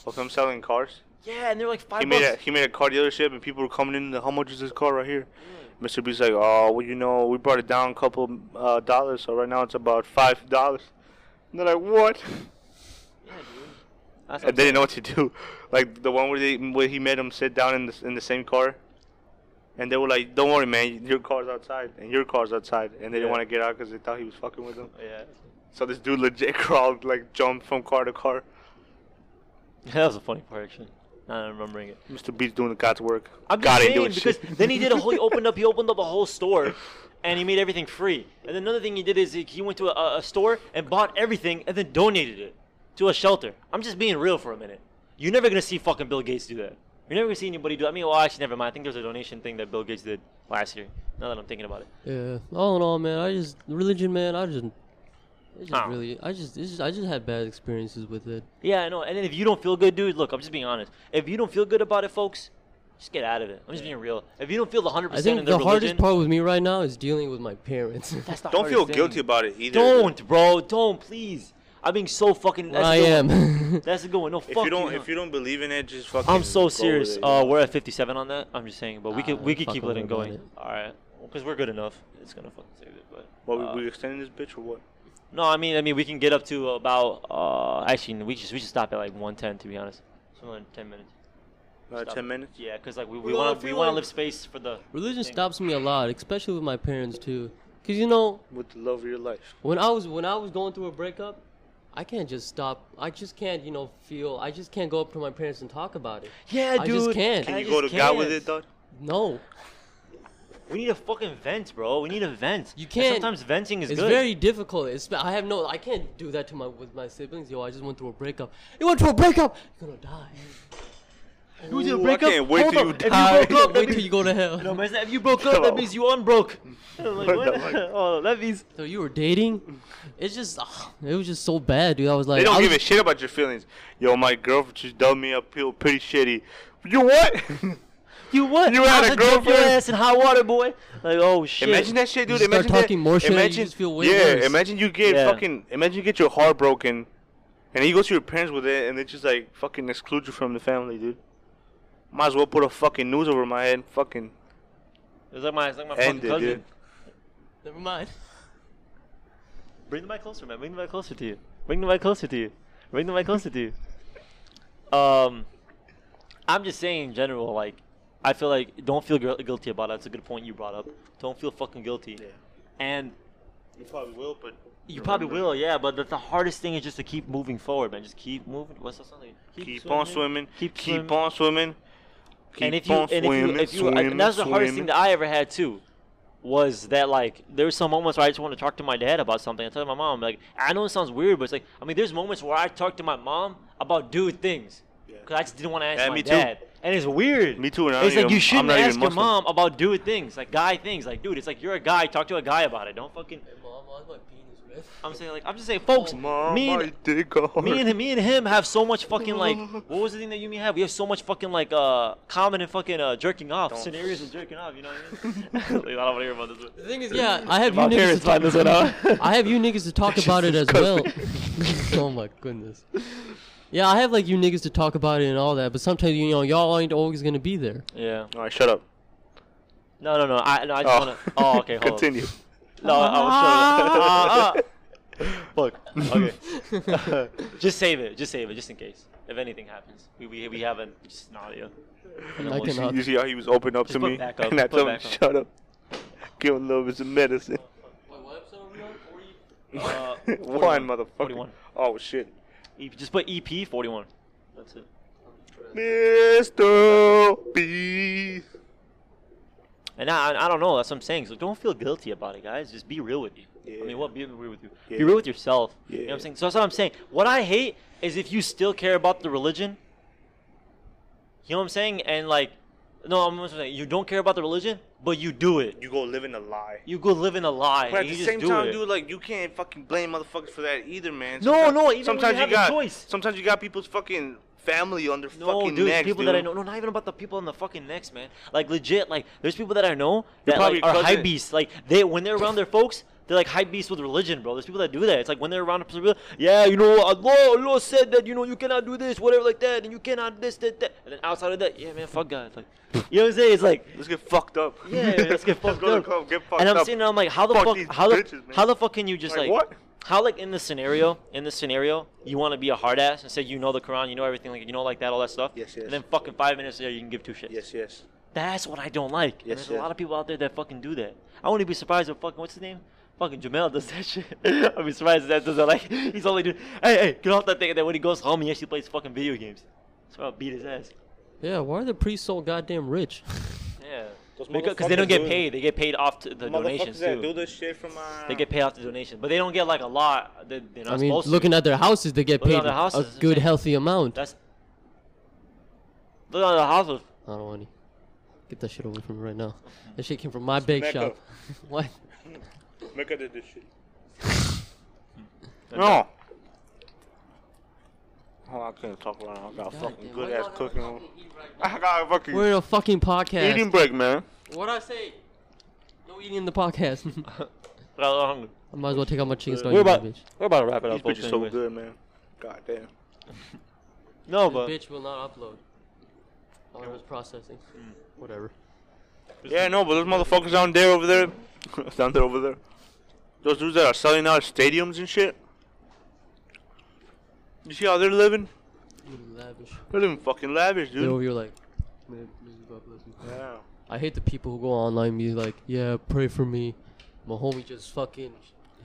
S1: of him selling cars.
S3: Yeah, and they're like five
S1: He made a
S3: bucks.
S1: he made a car dealership, and people were coming in. How much is this car right here?
S3: Mm.
S1: Mr. B's like, oh, well, you know, we brought it down a couple uh, dollars, so right now it's about five dollars. And They're like, what?
S3: That's
S1: And they didn't know what to do. Like the one where they where he made them sit down in the in the same car, and they were like, "Don't worry, man, your car's outside, and your car's outside," and they didn't
S3: Yeah.
S1: want to get out because they thought he was fucking with them.
S3: yeah,
S1: So this dude legit crawled, like jumped from car to car.
S3: that was a funny part actually. Now I'm remembering it.
S1: Mr. B's doing God's work.
S3: I'm just
S1: God ain't
S3: saying
S1: doing
S3: because
S1: shit.
S3: then he did a whole. He opened up. He opened up a whole store, and he made everything free. And then another thing he did is he- he went to a, a store and bought everything and then donated it to a shelter. I'm just being real for a minute. You're never gonna see fucking Bill Gates do that. You're never gonna see anybody do. that. I mean, well, actually, never mind. I think there's a donation thing that Bill Gates did last year. Now that I'm thinking about it,
S4: Yeah. All in all, man, I just religion, man. I just, it's just
S3: Oh.
S4: really, I just, it's just, I just had bad experiences with it.
S3: yeah, I know. And then if you don't feel good, dude, look, I'm just being honest. If you don't feel good about it, folks, just get out of it. I'm just being real. If you don't feel 100
S4: I
S3: percent
S4: think
S3: in
S4: the
S3: their
S4: hardest
S3: religion,
S4: part with me right now is dealing with my parents.
S3: that's the
S1: don't feel
S3: hardest
S1: guilty
S3: thing.
S1: about it either.
S3: Don't, bro. Don't, please. I'm being so fucking. That's
S4: I
S3: a good
S4: am.
S3: one. That's a good one. No,
S1: If
S3: fuck
S1: you don't,
S3: you.
S1: if you don't believe in it, just fucking.
S3: I'm
S1: roll
S3: so
S1: with
S3: serious.
S1: it.
S3: Uh, we're at 57 on that. I'm just saying, but we
S4: Ah,
S3: could we could
S4: fuck
S3: keep
S4: over
S3: letting
S4: about
S3: going.
S4: it.
S3: All right, because we're good enough. It's gonna fucking save it, but.
S1: what, we-
S3: uh,
S1: we extending this bitch or what?
S3: no, I mean, I mean, we can get up to about. Uh, actually, we should we should stop at like 110 to be honest. So another 10 minutes.
S1: Uh,
S3: Stop.
S1: Ten minutes.
S3: Yeah, because like we we
S4: No, I
S3: want to we
S4: feel
S3: want to
S4: like-
S3: live space for the.
S4: religion
S3: thing.
S4: stops me a lot, especially with my parents too. Cause you know,
S1: With the love of your life.
S4: when I was when I was going through a breakup, I can't just stop. I just can't, you know, feel. I just can't go up to my parents and talk about it.
S3: Yeah,
S4: I
S3: dude.
S4: just can't.
S1: Can
S3: I
S1: you go to
S3: just
S1: God with
S3: can't.
S1: it, dog?
S4: No,
S3: We need a fucking vent, bro. We need a vent.
S4: You
S3: And
S4: can't-
S3: Sometimes venting is
S4: it's
S3: good.
S4: very difficult. It's, I have no. I can't do that to my with my siblings. Yo, I just went through a breakup. You went through a breakup. You're gonna die.
S3: Who's gonna
S1: Ooh, I
S3: break up?
S1: can't wait
S3: Hold
S1: till
S3: on.
S1: you
S3: If you
S1: die.
S3: broke up, that
S4: Wait
S3: means-
S4: till you go to hell.
S3: No, man, if you broke
S1: Come
S3: up, that
S1: on.
S3: means you unbroke. I'm like,
S1: What the
S3: what?
S1: fuck?
S3: Oh, that means.
S4: So you were dating? It's just, ah, it was just so bad, dude. I was like,
S1: They
S4: I
S1: don't
S4: was,
S1: give a shit about your feelings. Yo, my girlfriend just dubbed me up feel pretty shitty. You what?
S3: You what?
S1: You had
S3: I
S1: a
S3: could dump your
S1: girlfriend?
S3: ass in hot water, boy. Like, oh shit.
S1: imagine that shit, dude.
S4: just start
S1: imagine that-
S4: talking more shit and you
S1: Imagine,
S4: just feel way
S1: yeah,
S4: worse.
S1: imagine you get
S3: Yeah.
S1: fucking. Imagine you get your heart broken, and you go to your parents with it, and they just like fucking exclude you from the family, dude. Might as well put a fucking noose over my head, and fucking
S3: It was like my, it's like my fucking
S1: end it,
S3: cousin.
S1: dude.
S4: Never mind.
S3: Bring the mic closer, man. Bring the mic closer to you. Bring the mic closer to you. Bring the mic closer to you. Um, I'm just saying in general, like, I feel like don't feel gu- guilty about it. That's a good point you brought up. Don't feel fucking guilty. And
S1: You probably will, but
S3: You probably will, yeah, but the, the hardest thing is just to keep moving forward, man. Just keep moving. What's that something?
S1: keep, on swimming.
S3: Keep
S1: Keep,
S3: swimming.
S1: on swimming. Keep
S3: and if you,
S1: on
S3: and
S1: swimming,
S3: if you, if you,
S1: swimming,
S3: and that's the hardest thing
S1: swimming.
S3: that I ever had too, was that like there were some moments where I just want to talk to my dad about something. I tell my mom like I know it sounds weird, but it's like I mean there's moments where I talk to my mom about dude things because I just didn't want to ask
S1: Yeah,
S3: my
S1: me too.
S3: dad, and it's weird.
S1: Me too, and I
S3: It's like
S1: don't even-
S3: you
S1: I'm
S3: shouldn't
S1: not even
S3: ask your
S1: Muslim.
S3: mom about dude things, like guy things, like dude. It's like you're a guy, talk to a guy about it. Don't fucking.
S4: Mom, why is my penis red?
S3: I'm saying like I'm just saying, folks.
S1: Mom,
S3: me and-
S1: my dick hard.
S3: me and me and him have so much fucking like what was the thing that you and me have? We have so much fucking like uh common and fucking uh jerking off scenarios and jerking off. You know what I mean? Like, I don't want to hear about this. One.
S4: The thing is, yeah, I have you
S3: My
S4: niggas
S3: parents
S4: to talk
S3: find this one out.
S4: I have you niggas to talk about it as well. oh my goodness. Yeah, I have like you niggas to talk about it and all that, but sometimes you know y'all ain't always gonna be there.
S3: yeah.
S1: All right, shut up.
S3: No, no, no. I no, I just wanna. Oh, okay. Hold
S1: Continue. Ah,
S3: On. No, I'll show you. Fuck. Okay. just save it. Just save it. Just in case. If anything happens, we we, we have an just an audio. And then
S4: I
S3: we'll-
S4: cannot.
S1: You see how he was open up
S3: Just
S1: to
S3: put
S1: me,
S3: back up,
S1: and I
S3: put
S1: told him,
S3: back up.
S1: "Shut up. Give him a little bit of medicine."
S3: Uh,
S1: Wine, motherfucker.
S3: 41.
S1: Oh shit.
S3: E- just put EP forty one. That's it.
S1: Mr. B.
S3: And I, I- I don't know. That's what I'm saying. So don't feel guilty about it, guys. Just be real with you. I
S1: Yeah.
S3: mean, what be real with you? Be
S1: Yeah.
S3: real with yourself. You know what I'm
S1: Yeah.
S3: saying? So that's what I'm saying. What I hate is if you still care about the religion. You know what I'm saying? And like, no, I'm not saying you don't care about the religion, but you do it.
S1: You go living a lie.
S3: You go live in a lie.
S1: But
S3: and
S1: at
S3: you
S1: the
S3: just
S1: same
S3: do
S1: time,
S3: it.
S1: dude, like you can't fucking blame motherfuckers for that either, man.
S3: No, no, even when you have a
S1: got
S3: choice.
S1: sometimes you got people's fucking family on their
S3: No,
S1: fucking
S3: dude,
S1: necks,
S3: people
S1: dude.
S3: that I know. No, not even about the people on the fucking necks, man. Like legit, like there's people that I know
S1: They're
S3: that like,
S1: probably
S3: are
S1: cousin-
S3: hype beasts. Like they when they're around their folks, they're like hype beasts with religion, bro. There's people that do that. It's like when they're around people, yeah, you know, Allah, Allah said that you know you cannot do this, whatever like that, and you cannot this, that, that, and then outside of that, yeah, man, fuck God, like you know what I'm saying? It's like
S1: Let's get fucked up.
S3: yeah, let's get fucked
S1: go to the
S3: up.
S1: club, get fucked
S3: and I'm
S1: up.
S3: sitting there, I'm like, how the
S1: Fuck
S3: fuck,
S1: these
S3: how the,
S1: bitches, man.
S3: how the fuck can you just like,
S1: Like, what?
S3: how like in this scenario, in this scenario, you want to be a hard ass and say you know the Quran, you know everything, like you know like that, all that stuff.
S1: Yes, yes.
S3: And then fucking five minutes later, you can give two shits.
S1: Yes, yes.
S3: That's what I don't like. and
S1: Yes,
S3: there's a
S1: yes.
S3: lot of people out there that fucking do that. I wouldn't be surprised if fucking what's his name. Fucking Jamel does that shit. I'd be surprised if that does that. Like, he's only doing, hey, hey, get off that thing. And then when he goes home, he actually plays fucking video games. That's why I'll beat his ass.
S4: Yeah, why are the priests so goddamn rich?
S3: Yeah.
S1: Those
S3: Because they don't
S1: motherfuckers
S3: get
S1: do-
S3: paid. They get paid off to the donations, too.
S1: this shit from uh,
S3: They get paid off the donation, but they don't get like a lot. They, they're not
S4: I mean,
S3: supposed
S4: looking
S3: to.
S4: at their houses, they get
S3: Look at
S4: paid
S3: the houses,
S4: a good
S3: man.
S4: healthy amount. I
S3: that's look at the house. of-
S4: don't want to get that shit away from me right now. That shit came from my bake
S1: Mecca.
S4: shop. what?
S1: Mecca did this shit.
S3: Okay.
S1: No. Oh, I couldn't talk right now. I got a fucking good ass cooking. on. I got a fucking
S4: We're in a fucking podcast.
S1: eating break, man.
S4: What I say? No eating in the podcast.
S3: Look at the hunger.
S4: I might as well take out my chicken star.
S3: We're about we're about to wrap it up.
S1: These
S3: folks,
S1: bitches so
S3: anyways.
S1: good, man. God damn.
S3: No,
S4: The
S3: but
S4: bitch will not upload. Oh, it was processing. Whatever.
S1: Yeah, no, but those motherfuckers down there over there, down there over there, those dudes that are selling out stadiums and shit. You see how they're living?
S4: You lavish.
S1: They're living fucking lavish,
S4: They're over
S1: dude.
S4: here like, "Man, may God bless you."
S1: Yeah.
S4: I hate the people who go online and be like, yeah, pray for me. My homie just fucking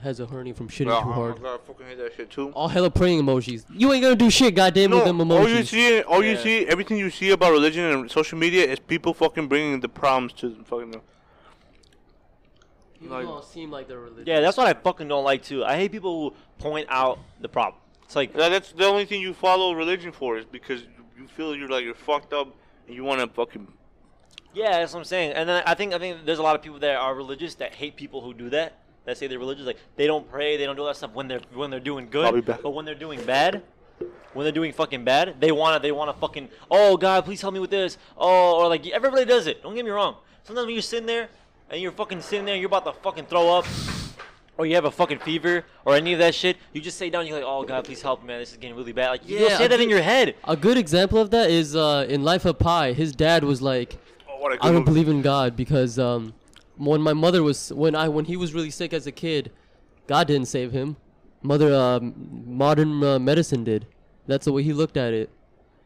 S4: has a hernia from shitting
S1: Yeah,
S4: too
S1: oh
S4: hard.
S1: My God, I fucking hate that shit too.
S4: All hella praying emojis. You ain't gonna do shit, goddamn, with them
S1: No, all you
S4: emojis.
S1: see, all you
S3: Yeah.
S1: see, everything you see about religion and social media is people fucking bringing the problems to them. Fucking
S4: People
S1: like-
S4: don't seem like they're religious.
S3: yeah, that's what I fucking don't like too. I hate people who point out the problem. It's like
S1: Yeah, that's the only thing you follow religion for is because you feel you're like you're fucked up and you want to fucking.
S3: Yeah, that's what I'm saying. And then I think I think there's a lot of people that are religious that hate people who do that. That say they're religious, like they don't pray, they don't do all that stuff when they're when they're doing
S1: I'll be
S3: good.
S1: back.
S3: But when they're doing bad, when they're doing fucking bad, they wanna they wanna fucking oh God, please help me with this. Oh, or like everybody does it. Don't get me wrong. Sometimes when you're sitting there and you're fucking sitting there, and you're about to fucking throw up. Or you have a fucking fever or any of that shit, you just say down, you're like, oh God, please help me, man, this is getting really bad. Like, you
S4: Yeah,
S3: say that
S4: I
S3: in your head.
S4: A good example of that is uh, in Life of Pi. His dad was like,
S1: Oh, what a good
S4: I don't
S1: movie.
S4: believe in God because um, when my mother was when I when he was really sick as a kid, God didn't save him. Mother um, modern uh, medicine did. That's the way he looked at it.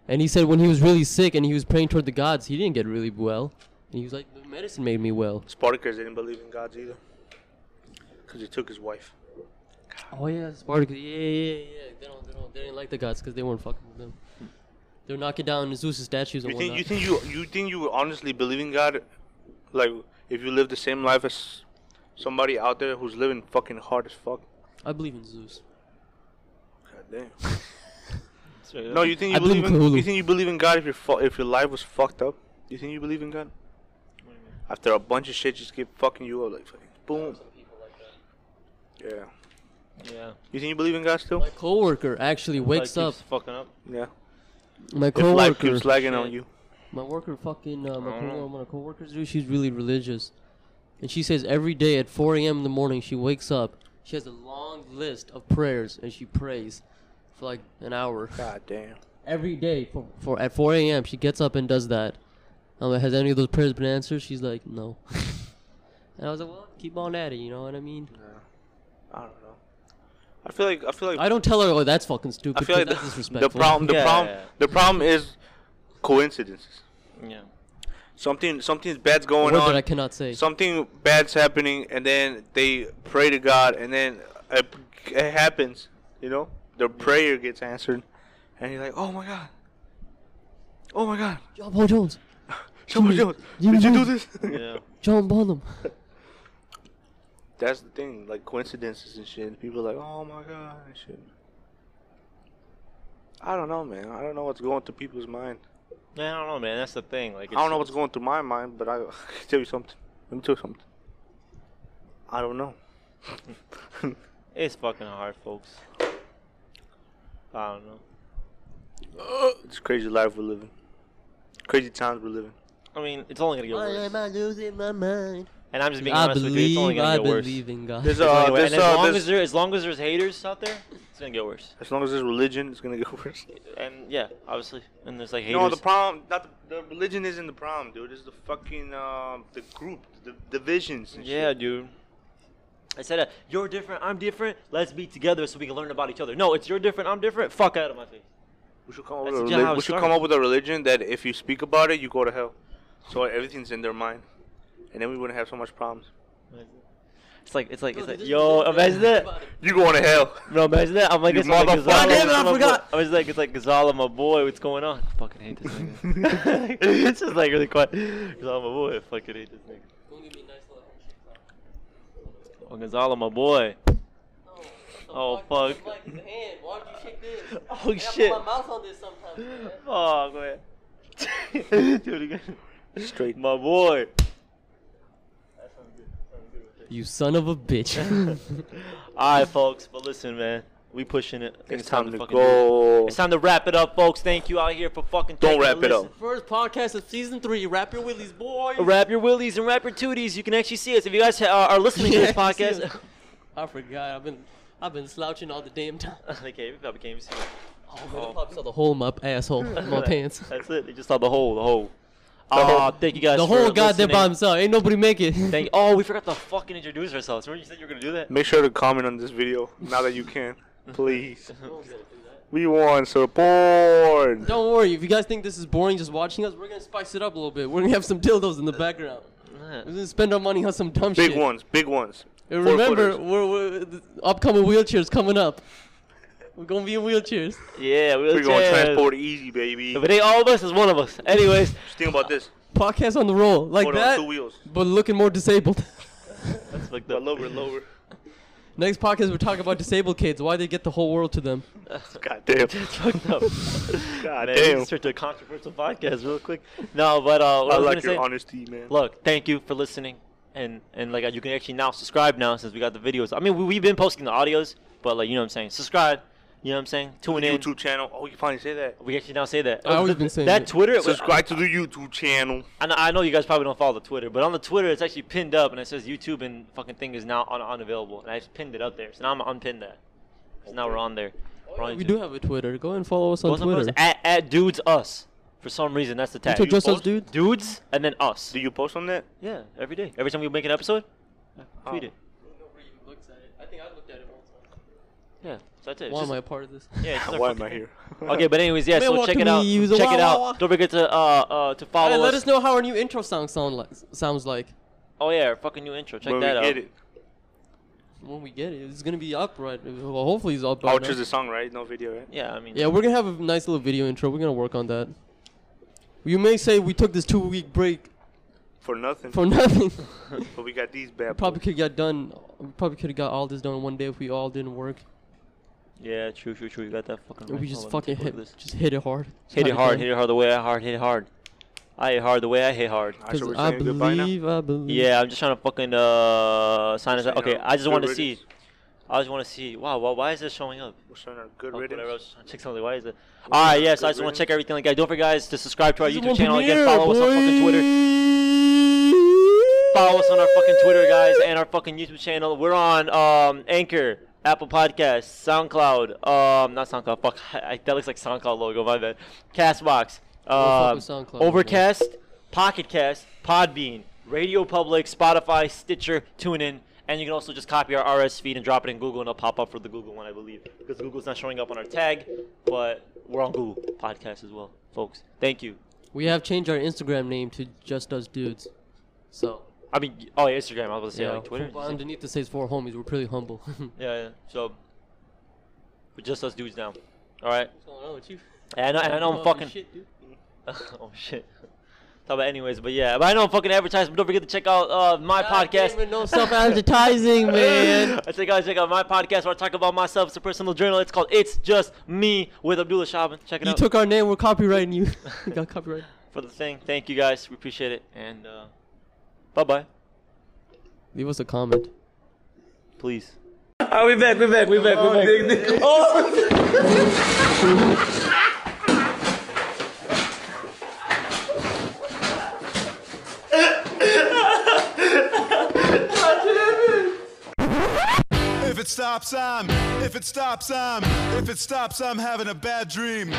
S4: And he said when he was really sick and he was praying toward the gods, he didn't get really well. And he was like, the medicine made me well.
S1: Spartacus didn't believe in gods either. because he took his wife.
S4: Oh yeah, Spartacus. Yeah, yeah, yeah. They don't, they don't, they didn't like the gods because they weren't fucking with them. They're knocking down Zeus's statues and
S1: You think
S4: whatnot.
S1: you think you you think you would honestly believe in God, like if you live the same life as somebody out there who's living fucking hard as fuck.
S4: I believe in Zeus.
S1: God damn.
S3: So,
S1: No, you think
S4: I
S1: you
S4: believe
S1: believe
S4: in
S1: in
S4: Cthulhu.
S1: you think you believe in God if your fu- if your life was fucked up? You think you believe in God? After a bunch of shit just keep fucking you up like fucking boom. Yeah.
S3: yeah.
S1: You think you believe in God still?
S4: My coworker actually wakes
S3: Life
S4: up.
S3: keeps Fucking up.
S1: Yeah.
S4: My
S1: If life Mm.
S4: coworker.
S1: keeps lagging on you.
S4: My worker fucking uh, my
S3: I don't
S4: co-
S3: know.
S4: one of my coworkers, dude, she's really religious, and she says every day at 4 a.m. in the morning she wakes up, she has a long list of prayers, and she prays for like an hour
S1: God damn.
S4: every day for, for at 4 a.m. She gets up and does that. I'm like, has any of those prayers been answered? She's like, no. and I was like, well, keep on at it. You know what I mean?
S1: I don't know. I feel like I feel like
S4: I don't tell her, oh, that's fucking
S1: I
S4: stupid.
S1: feel
S4: 'cause
S1: like
S4: that's
S1: the, the
S4: disrespectful.
S1: problem the
S3: Yeah,
S1: problem
S3: yeah, yeah.
S1: the problem is coincidences.
S3: Yeah.
S1: Something something bad's
S4: A
S1: going
S4: word
S1: on.
S4: that I cannot say.
S1: something bad's happening and then they pray to god and then it, it happens you know their prayer gets answered and you're like oh my god oh my god
S4: John Paul Jones,
S1: someone
S4: Jimmy,
S1: else
S4: Jimmy
S1: did you do
S4: Wayne."
S1: this
S3: Yeah.
S4: John Bonham.
S1: that's the thing like coincidences and shit people are like oh my god and shit i don't know man i don't know what's going through people's mind
S3: Man, I don't know, man. That's the thing. Like,
S1: i don't know what's going through my mind but i can tell you something let me tell you something i don't know
S3: It's fucking hard, folks. I don't know.
S1: it's crazy life we're living crazy times we're living
S3: I mean, it's only gonna get
S4: Why am
S3: worse.
S4: I losing my mind?
S3: And I'm just being
S4: I
S3: honest with you. It's only
S4: believe,
S3: gonna
S4: I
S3: get worse.
S4: believe in God.
S1: There's
S3: It's only
S1: uh,
S3: gonna-
S1: there's,
S3: and as
S1: uh,
S3: long
S1: there's-
S3: as there, as long as there's haters out there, it's gonna get worse.
S1: as long as there's religion, it's gonna get worse.
S3: And yeah, obviously, and there's like haters.
S1: No, the problem, not the, the religion isn't the problem, dude. It's the fucking um, the group, the divisions. And
S3: yeah,
S1: shit.
S3: dude. I said, uh, you're different, I'm different. Let's be together so we can learn about each other. No, it's you're different, I'm different. Fuck out of my face.
S1: we should come up with
S3: That's
S1: a
S3: just how
S1: reli-
S3: it
S1: we should
S3: started.
S1: come up with a religion that if you speak about it, you go to hell. So everything's in their mind, and then we wouldn't have so much problems.
S3: It's like, it's like,
S4: Yo,
S3: it's like,
S4: this
S3: yo,
S4: is-
S3: imagine that.
S1: You going to hell?
S3: No, imagine that. I'm like,
S1: You
S3: it's like
S1: motherfucker.
S3: Gonzalo.
S1: God damn it, I
S3: my boy-
S1: forgot.
S3: I was like, it's like Gonzalo, my boy. What's going on? I fucking hate this nigga. it's just like really quiet. Gonzalo, my boy. I fucking hate this nigga.
S4: Don't give me a nice little handshake, Tom.
S3: Oh, Gonzalo, my boy. Oh, fuck.
S4: Mike, his hand. Why would you shake this?
S3: Oh,
S4: And
S3: shit.
S4: I put my mouth on this sometimes. man.
S3: Fuck, man. Do it again.
S1: Straight.
S3: My boy.
S4: You son of a bitch.
S3: All right, folks. But listen, man. We pushing it. I think
S1: It's time to
S3: fucking do it.
S1: go.
S3: It's time to wrap it up, folks. Thank you out here for fucking.
S1: Don't
S3: taking a
S1: wrap it up.
S3: listen.
S4: First podcast of season three. Wrap your willies, boy.
S3: Wrap your willies and wrap your tooties. You can actually see us if you guys ha- are listening to this
S4: Yeah, I can see
S3: podcast.
S4: I forgot. I've been, I've been slouching all the damn time.
S3: okay, we probably can't even see it.
S4: Oh, man, I probably saw the hole in my asshole, in my pants.
S3: That's it. They just saw the whole, the whole.
S1: whole-
S3: Uh, thank you guys.
S4: The
S3: for
S4: whole goddamn
S3: listening.
S4: by himself. Ain't nobody make it.
S3: Thank. Oh, we forgot to fucking introduce ourselves. Remember you said you were gonna do that.
S1: Make sure to comment on this video now that you can, please. We want support.
S4: Don't worry. If you guys think this is boring, just watching us, we're gonna spice it up a little bit. We're gonna have some dildos in the background. We're gonna spend our money on some dumb shit.
S1: Big ones, big ones.
S4: And
S1: Four
S4: remember,
S1: footers.
S4: we're, we're the upcoming wheelchairs coming up. We're gonna be in wheelchairs.
S3: Yeah, we'll
S1: We're going to
S3: check.
S1: transport easy, baby.
S3: If it ain't all of us, it's one of us. Anyways,
S1: Just think about this.
S4: Podcast on the roll, like
S1: Hold on,
S4: that,
S1: two wheels.
S4: but looking more disabled.
S3: that's fucked
S1: But
S3: up.
S1: lower, lower.
S4: Next podcast, we're talking about disabled kids, why they get the whole world to them.
S1: God damn.
S3: It's fucked up.
S1: God
S3: Man,
S1: damn.
S3: let's start to a controversial podcast real quick. No, but uh, what
S1: I
S3: was
S1: like
S3: gonna say,
S1: your honesty, man.
S3: Look, thank you for listening, and and like you can actually now subscribe now since we got the videos. I mean, we, we've been posting the audios, but like you know what I'm saying. Subscribe. You know what I'm saying. Tune in.
S1: YouTube channel. Oh, you finally say that.
S3: We actually now say that. Oh,
S4: I've always
S3: Th-
S4: been saying
S3: that.
S4: it.
S3: Twitter.
S1: Subscribe to the YouTube channel.
S3: I know, I know you guys probably don't follow the Twitter, but on the Twitter it's actually pinned up and it says YouTube and fucking thing is now un- unavailable, and I just pinned it up there. So now I'm gonna unpin that. So now we're on there. We're on
S4: We
S3: YouTube.
S4: do have a Twitter. Go and follow us on
S3: Both of us
S4: Twitter.
S3: at, at dudes us. For some reason that's the tag.
S4: Twitter just us,
S1: post?
S4: dude.
S3: dudes and then us.
S1: Do you post on that?
S3: Yeah, every day. Every time we make an episode, I tweet
S1: Oh.
S3: it.
S4: I think I looked at it once.
S3: Yeah, so that's it. It's
S4: Why
S3: just-
S4: am I a part of this?
S3: Yeah, it's just our
S1: Why am
S3: fucking
S1: I
S3: thing.
S1: here?
S3: Okay, but anyways, yeah.
S4: Man,
S3: So
S4: walk
S3: check
S4: to
S3: it out.
S4: me, use a
S3: Check it
S4: wah,
S3: out.
S4: wah, wah.
S3: Don't forget to uh uh to follow
S4: Alright,
S3: us.
S4: let us know how our new intro song sound like, sounds like.
S3: Oh yeah, our fucking new intro. Check
S1: When we
S3: that out.
S1: get it.
S4: when we get it. It's gonna be up right. Well, hopefully it's up.
S1: Oh,
S4: right now.
S1: just a song, right? No video, right?
S3: Yeah, I mean,
S4: Yeah, we're gonna have a nice little video intro. We're gonna work on that. You may say we took this two week break
S1: For nothing.
S4: for nothing.
S1: but we got these bad
S4: probably
S1: boys.
S4: could got done. We probably could have got all this done in one day if we all didn't work.
S3: yeah, true, true, true. You got that fucking.
S4: we
S3: right.
S4: just
S3: Hold on, let me
S4: fucking
S3: take a look
S4: hit,
S3: at this.
S4: just hit it hard.
S3: Hit it hard, hit it hard the way I hard, hit it hard. I hit hard the way I hit hard.
S1: Ah, so
S4: Because
S1: we're
S4: I
S1: saying goodbye now?
S4: believe, I believe.
S3: Yeah, I'm just trying to fucking uh sign us
S1: Sign
S3: out. Okay,
S1: out.
S3: I just
S1: Good
S3: wanted to see.
S1: riddance.
S3: I just want to see. Wow, wow, why is this showing up?
S1: We're showing our good
S3: Oh, whatever, I
S1: riddance.
S3: was trying to check something. Why is it? All right, yes,
S1: Good
S3: I just want
S1: riddance.
S3: to check everything like that. Don't forget, guys, to subscribe to our
S4: This is
S3: YouTube
S4: one
S3: channel. Again,
S4: premiere,
S3: follow us on fucking Twitter.
S4: boy.
S3: Follow us on our fucking Twitter, guys, and our fucking YouTube channel. We're on um Anchor, Apple Podcasts, SoundCloud. Um, not SoundCloud. Fuck, I, that looks like SoundCloud logo. My bad. Castbox.
S4: fuck
S3: Um,
S4: with SoundCloud, man.
S3: Overcast, Pocket Cast, Podbean, Radio Public, Spotify, Stitcher, TuneIn. And you can also just copy our RS feed and drop it in Google, and it'll pop up for the Google one, I believe. Because Google's not showing up on our tag, but we're on Google Podcast as well, folks. Thank you.
S4: We have changed our Instagram name to Just Us Dudes. So,
S3: I mean, oh, yeah, Instagram. I was going to say, like Twitter.
S4: for- underneath it says four homies. We're pretty humble. What's
S3: Yeah, yeah. So we're just us dudes now. All right.
S4: going on with you?
S3: And I, and I know I'm fucking. oh shit. Talk about anyways, but yeah, but I know I'm fucking advertising. But don't forget to check out uh, my podcast.
S4: No self advertising, man.
S3: I check out check out my podcast where I talk about myself. It's a personal journal. It's called It's Just Me with Abdullah Shaban. Check it
S4: You
S3: out
S4: took our name. We're copywriting you. you got copyright.
S3: for the thing. Thank you guys. We appreciate it. And uh, bye bye.
S4: Leave us a comment.
S3: Please.
S2: If it stops, I'm. If it stops, I'm. If it stops, I'm having a bad dream.